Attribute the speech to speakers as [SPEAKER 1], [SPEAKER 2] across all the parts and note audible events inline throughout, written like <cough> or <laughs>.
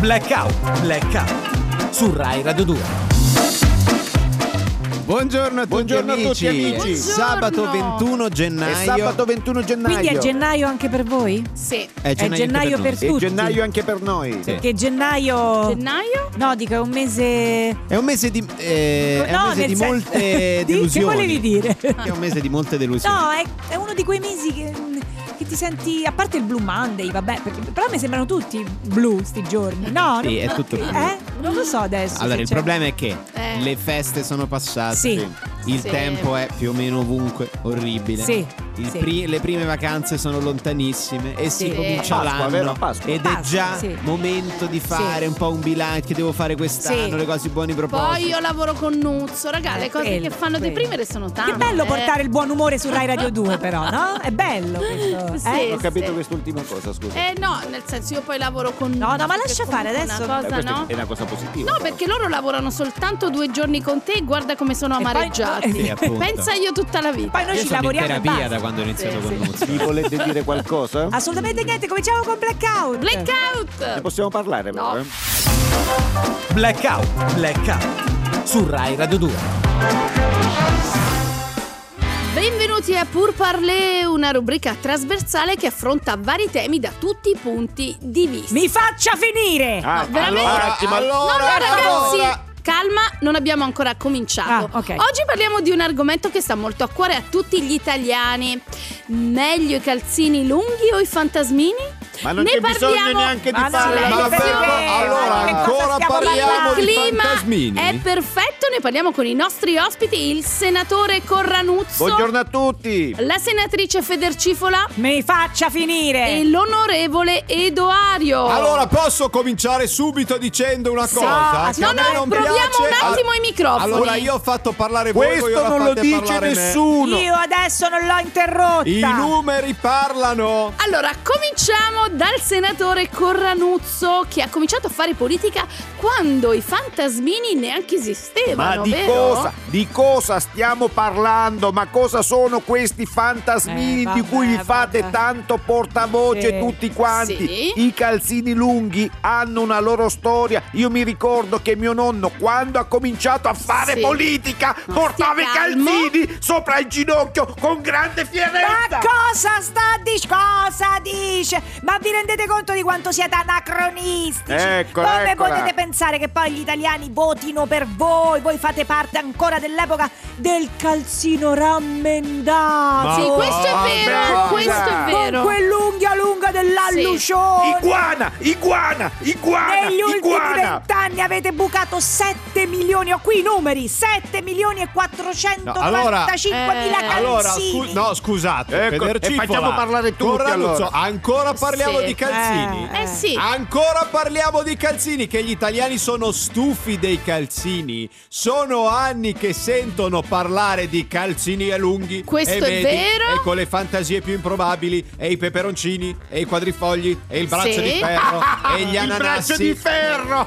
[SPEAKER 1] Blackout, Blackout su Rai Radio 2.
[SPEAKER 2] Buongiorno a tutti,
[SPEAKER 3] Buongiorno a tutti, amici.
[SPEAKER 2] È
[SPEAKER 3] Buongiorno.
[SPEAKER 2] Sabato 21
[SPEAKER 3] È
[SPEAKER 2] gennaio.
[SPEAKER 3] sabato 21 gennaio.
[SPEAKER 4] Quindi è gennaio anche per voi?
[SPEAKER 5] Sì.
[SPEAKER 2] È
[SPEAKER 4] È
[SPEAKER 2] gennaio,
[SPEAKER 4] gennaio
[SPEAKER 2] anche per noi.
[SPEAKER 4] per
[SPEAKER 3] E
[SPEAKER 4] tutti.
[SPEAKER 3] gennaio anche per noi.
[SPEAKER 2] Sì.
[SPEAKER 4] Che gennaio...
[SPEAKER 5] Gennaio?
[SPEAKER 4] No, dico è un mese...
[SPEAKER 2] È un mese di, eh, è un
[SPEAKER 4] no,
[SPEAKER 2] mese
[SPEAKER 4] nel
[SPEAKER 2] di
[SPEAKER 4] sen-
[SPEAKER 2] molte
[SPEAKER 4] <laughs> Di- Che
[SPEAKER 2] delusioni. <laughs>
[SPEAKER 4] volevi dire?
[SPEAKER 2] È un mese di molte delusioni.
[SPEAKER 4] No, è, è uno di quei mesi che, che ti senti... A parte il Blue Monday, vabbè, perché- però mi sembrano tutti blu sti giorni. No,
[SPEAKER 2] Sì,
[SPEAKER 4] non-
[SPEAKER 2] è tutto blu.
[SPEAKER 4] Eh? Non lo so adesso.
[SPEAKER 2] Allora,
[SPEAKER 4] se
[SPEAKER 2] il
[SPEAKER 4] c'è-
[SPEAKER 2] problema è che
[SPEAKER 5] Eh.
[SPEAKER 2] le feste sono passate.
[SPEAKER 4] certo. Sì.
[SPEAKER 2] Il
[SPEAKER 5] Sì.
[SPEAKER 2] tempo è più o meno ovunque orribile.
[SPEAKER 4] Sì,
[SPEAKER 2] Il
[SPEAKER 4] sì.
[SPEAKER 2] pri- le prime vacanze sono lontanissime e si
[SPEAKER 4] Sì.
[SPEAKER 2] comincia
[SPEAKER 3] Pasqua,
[SPEAKER 2] l'anno.
[SPEAKER 3] vero? Pasqua.
[SPEAKER 2] Ed
[SPEAKER 4] Pasqua,
[SPEAKER 2] è già
[SPEAKER 4] sì.
[SPEAKER 2] momento di fare un po' un bilancio che devo fare quest'anno,
[SPEAKER 4] Sì.
[SPEAKER 2] le cose buone
[SPEAKER 5] Poi
[SPEAKER 2] propositi.
[SPEAKER 5] io lavoro con Nuzzo, raga,
[SPEAKER 4] Eh,
[SPEAKER 5] Cioè, le cose
[SPEAKER 4] quello,
[SPEAKER 5] che fanno
[SPEAKER 4] quello.
[SPEAKER 5] deprimere sono tante. eh.
[SPEAKER 4] Che bello portare il buon umore su Rai
[SPEAKER 5] <laughs>
[SPEAKER 4] Radio 2 però, no? È bello questo.
[SPEAKER 5] Sì.
[SPEAKER 4] eh?
[SPEAKER 3] Non ho capito
[SPEAKER 5] Sì.
[SPEAKER 3] quest'ultima cosa, scusa.
[SPEAKER 5] Eh no, nel senso io poi lavoro con
[SPEAKER 4] No, no, ma
[SPEAKER 5] che
[SPEAKER 4] lascia fare
[SPEAKER 5] comunque
[SPEAKER 4] adesso.
[SPEAKER 5] è Una
[SPEAKER 3] Eh,
[SPEAKER 5] cosa,
[SPEAKER 3] questa
[SPEAKER 5] no?
[SPEAKER 3] È una cosa positiva.
[SPEAKER 5] No, perché loro lavorano soltanto due giorni con te e guarda come sono
[SPEAKER 4] E poi- Eh,
[SPEAKER 5] amareggiati.
[SPEAKER 2] Sì, appunto.
[SPEAKER 5] Pensa io tutta la vita.
[SPEAKER 4] Poi noi
[SPEAKER 2] Io
[SPEAKER 4] ci
[SPEAKER 2] sono in
[SPEAKER 4] lavoriamo e
[SPEAKER 2] terapia
[SPEAKER 4] basta.
[SPEAKER 2] da quando ho iniziato
[SPEAKER 5] Sì,
[SPEAKER 2] con
[SPEAKER 5] sì.
[SPEAKER 2] Muzio.
[SPEAKER 3] Vi volete
[SPEAKER 5] <laughs>
[SPEAKER 3] dire qualcosa? Ne
[SPEAKER 4] Assolutamente niente, cominciamo con Blackout. Eh.
[SPEAKER 5] Blackout!
[SPEAKER 3] possiamo parlare però,
[SPEAKER 5] No.
[SPEAKER 3] eh?
[SPEAKER 1] Blackout, Blackout su Rai Radio 2.
[SPEAKER 5] Benvenuti a Pur Parler, una rubrica trasversale che affronta vari temi da tutti i punti di vista.
[SPEAKER 4] Mi faccia finire!
[SPEAKER 3] Ah,
[SPEAKER 5] veramente?
[SPEAKER 3] allora, un attimo,
[SPEAKER 5] No, no,
[SPEAKER 3] allora,
[SPEAKER 5] ragazzi,
[SPEAKER 3] allora.
[SPEAKER 5] calma, non abbiamo ancora cominciato.
[SPEAKER 4] Ah, ok.
[SPEAKER 5] Oggi parliamo di un argomento che sta molto a cuore a tutti gli italiani. Meglio i calzini lunghi o i fantasmini?
[SPEAKER 3] Ma non
[SPEAKER 5] ne
[SPEAKER 3] c'è
[SPEAKER 5] parliamo...
[SPEAKER 3] bisogno neanche di
[SPEAKER 4] Ma no,
[SPEAKER 3] fare
[SPEAKER 4] lei
[SPEAKER 3] ma
[SPEAKER 4] perché?
[SPEAKER 3] però-
[SPEAKER 4] Ma
[SPEAKER 3] allora
[SPEAKER 4] che cosa
[SPEAKER 3] ancora
[SPEAKER 4] stiamo
[SPEAKER 3] parliamo
[SPEAKER 4] parlando?
[SPEAKER 3] di
[SPEAKER 5] Il clima è
[SPEAKER 3] fantasmini.
[SPEAKER 5] perfetto, ne parliamo con i nostri ospiti, il senatore Corranuzzo,
[SPEAKER 3] Buongiorno a tutti.
[SPEAKER 5] la senatrice Federcifola
[SPEAKER 4] Mi faccia finire!
[SPEAKER 5] e l'onorevole Edoario.
[SPEAKER 6] Allora posso cominciare subito dicendo una
[SPEAKER 4] Sì.
[SPEAKER 6] cosa?
[SPEAKER 4] No,
[SPEAKER 6] Che
[SPEAKER 5] Ah, no,
[SPEAKER 6] a me
[SPEAKER 5] no,
[SPEAKER 6] non
[SPEAKER 5] proviamo
[SPEAKER 6] piace.
[SPEAKER 5] un attimo
[SPEAKER 6] Al-
[SPEAKER 5] i microfoni.
[SPEAKER 6] Allora io ho fatto parlare voi, voi
[SPEAKER 3] Questo
[SPEAKER 6] ora
[SPEAKER 3] non lo
[SPEAKER 6] fate
[SPEAKER 3] dice
[SPEAKER 6] parlare me.
[SPEAKER 3] nessuno.
[SPEAKER 4] Io adesso non l'ho interrotta!
[SPEAKER 6] I numeri parlano.
[SPEAKER 5] Allora, cominciamo dal senatore Corranuzzo che ha cominciato a fare politica quando i fantasmini neanche esistevano,
[SPEAKER 3] Ma di
[SPEAKER 5] vero?
[SPEAKER 3] cosa, di cosa stiamo parlando? Ma cosa sono questi fantasmini
[SPEAKER 4] Eh, vabbè,
[SPEAKER 3] di cui vi fate
[SPEAKER 4] vabbè.
[SPEAKER 3] tanto portavoce
[SPEAKER 4] Sì.
[SPEAKER 3] tutti quanti?
[SPEAKER 5] Sì.
[SPEAKER 3] I calzini lunghi hanno una loro storia. Io mi ricordo che mio nonno, quando ha cominciato a fare
[SPEAKER 5] Sì.
[SPEAKER 3] politica, portava i
[SPEAKER 5] calmo.
[SPEAKER 3] calzini sopra il ginocchio con grande
[SPEAKER 4] Ma
[SPEAKER 3] fierezza.
[SPEAKER 4] cosa sta dic- Cosa dice? Ma vi rendete conto di quanto siete anacronistici?
[SPEAKER 3] Eccola,
[SPEAKER 4] Come
[SPEAKER 3] Ecco, eccola.
[SPEAKER 4] potete pensare che poi gli italiani votino per voi? Voi fate parte ancora dell'epoca del calzino rammendato.
[SPEAKER 5] Sì, questo è
[SPEAKER 3] vabbè,
[SPEAKER 5] vero,
[SPEAKER 3] guarda.
[SPEAKER 5] questo è vero.
[SPEAKER 4] Con quell'unghia lunga dell'allucione.
[SPEAKER 3] Iguana, iguana, iguana,
[SPEAKER 4] Negli ultimi
[SPEAKER 3] iguana.
[SPEAKER 4] vent'anni avete bucato 7 milioni, ho qui i numeri, 7 milioni e 445 mila
[SPEAKER 5] Eh.
[SPEAKER 6] Allora,
[SPEAKER 4] calzini.
[SPEAKER 6] scu- no, scusate,
[SPEAKER 3] Ecco,
[SPEAKER 6] Federcifola,
[SPEAKER 3] e facciamo parlare tutti,
[SPEAKER 6] Corrado,
[SPEAKER 3] allora.
[SPEAKER 6] ancora parliamo
[SPEAKER 5] Sì.
[SPEAKER 6] di calzini.
[SPEAKER 5] Eh sì.
[SPEAKER 3] Ah,
[SPEAKER 6] Ancora parliamo di calzini, che gli italiani sono stufi dei calzini. Sono anni che sentono parlare di calzini e lunghi.
[SPEAKER 5] Questo
[SPEAKER 6] e
[SPEAKER 5] è
[SPEAKER 6] vedi,
[SPEAKER 5] vero.
[SPEAKER 6] E con le fantasie più improbabili, e i peperoncini, e i quadrifogli, e il braccio
[SPEAKER 5] Sì.
[SPEAKER 6] di ferro, e gli
[SPEAKER 3] <laughs> Il
[SPEAKER 6] ananassi.
[SPEAKER 3] braccio di ferro.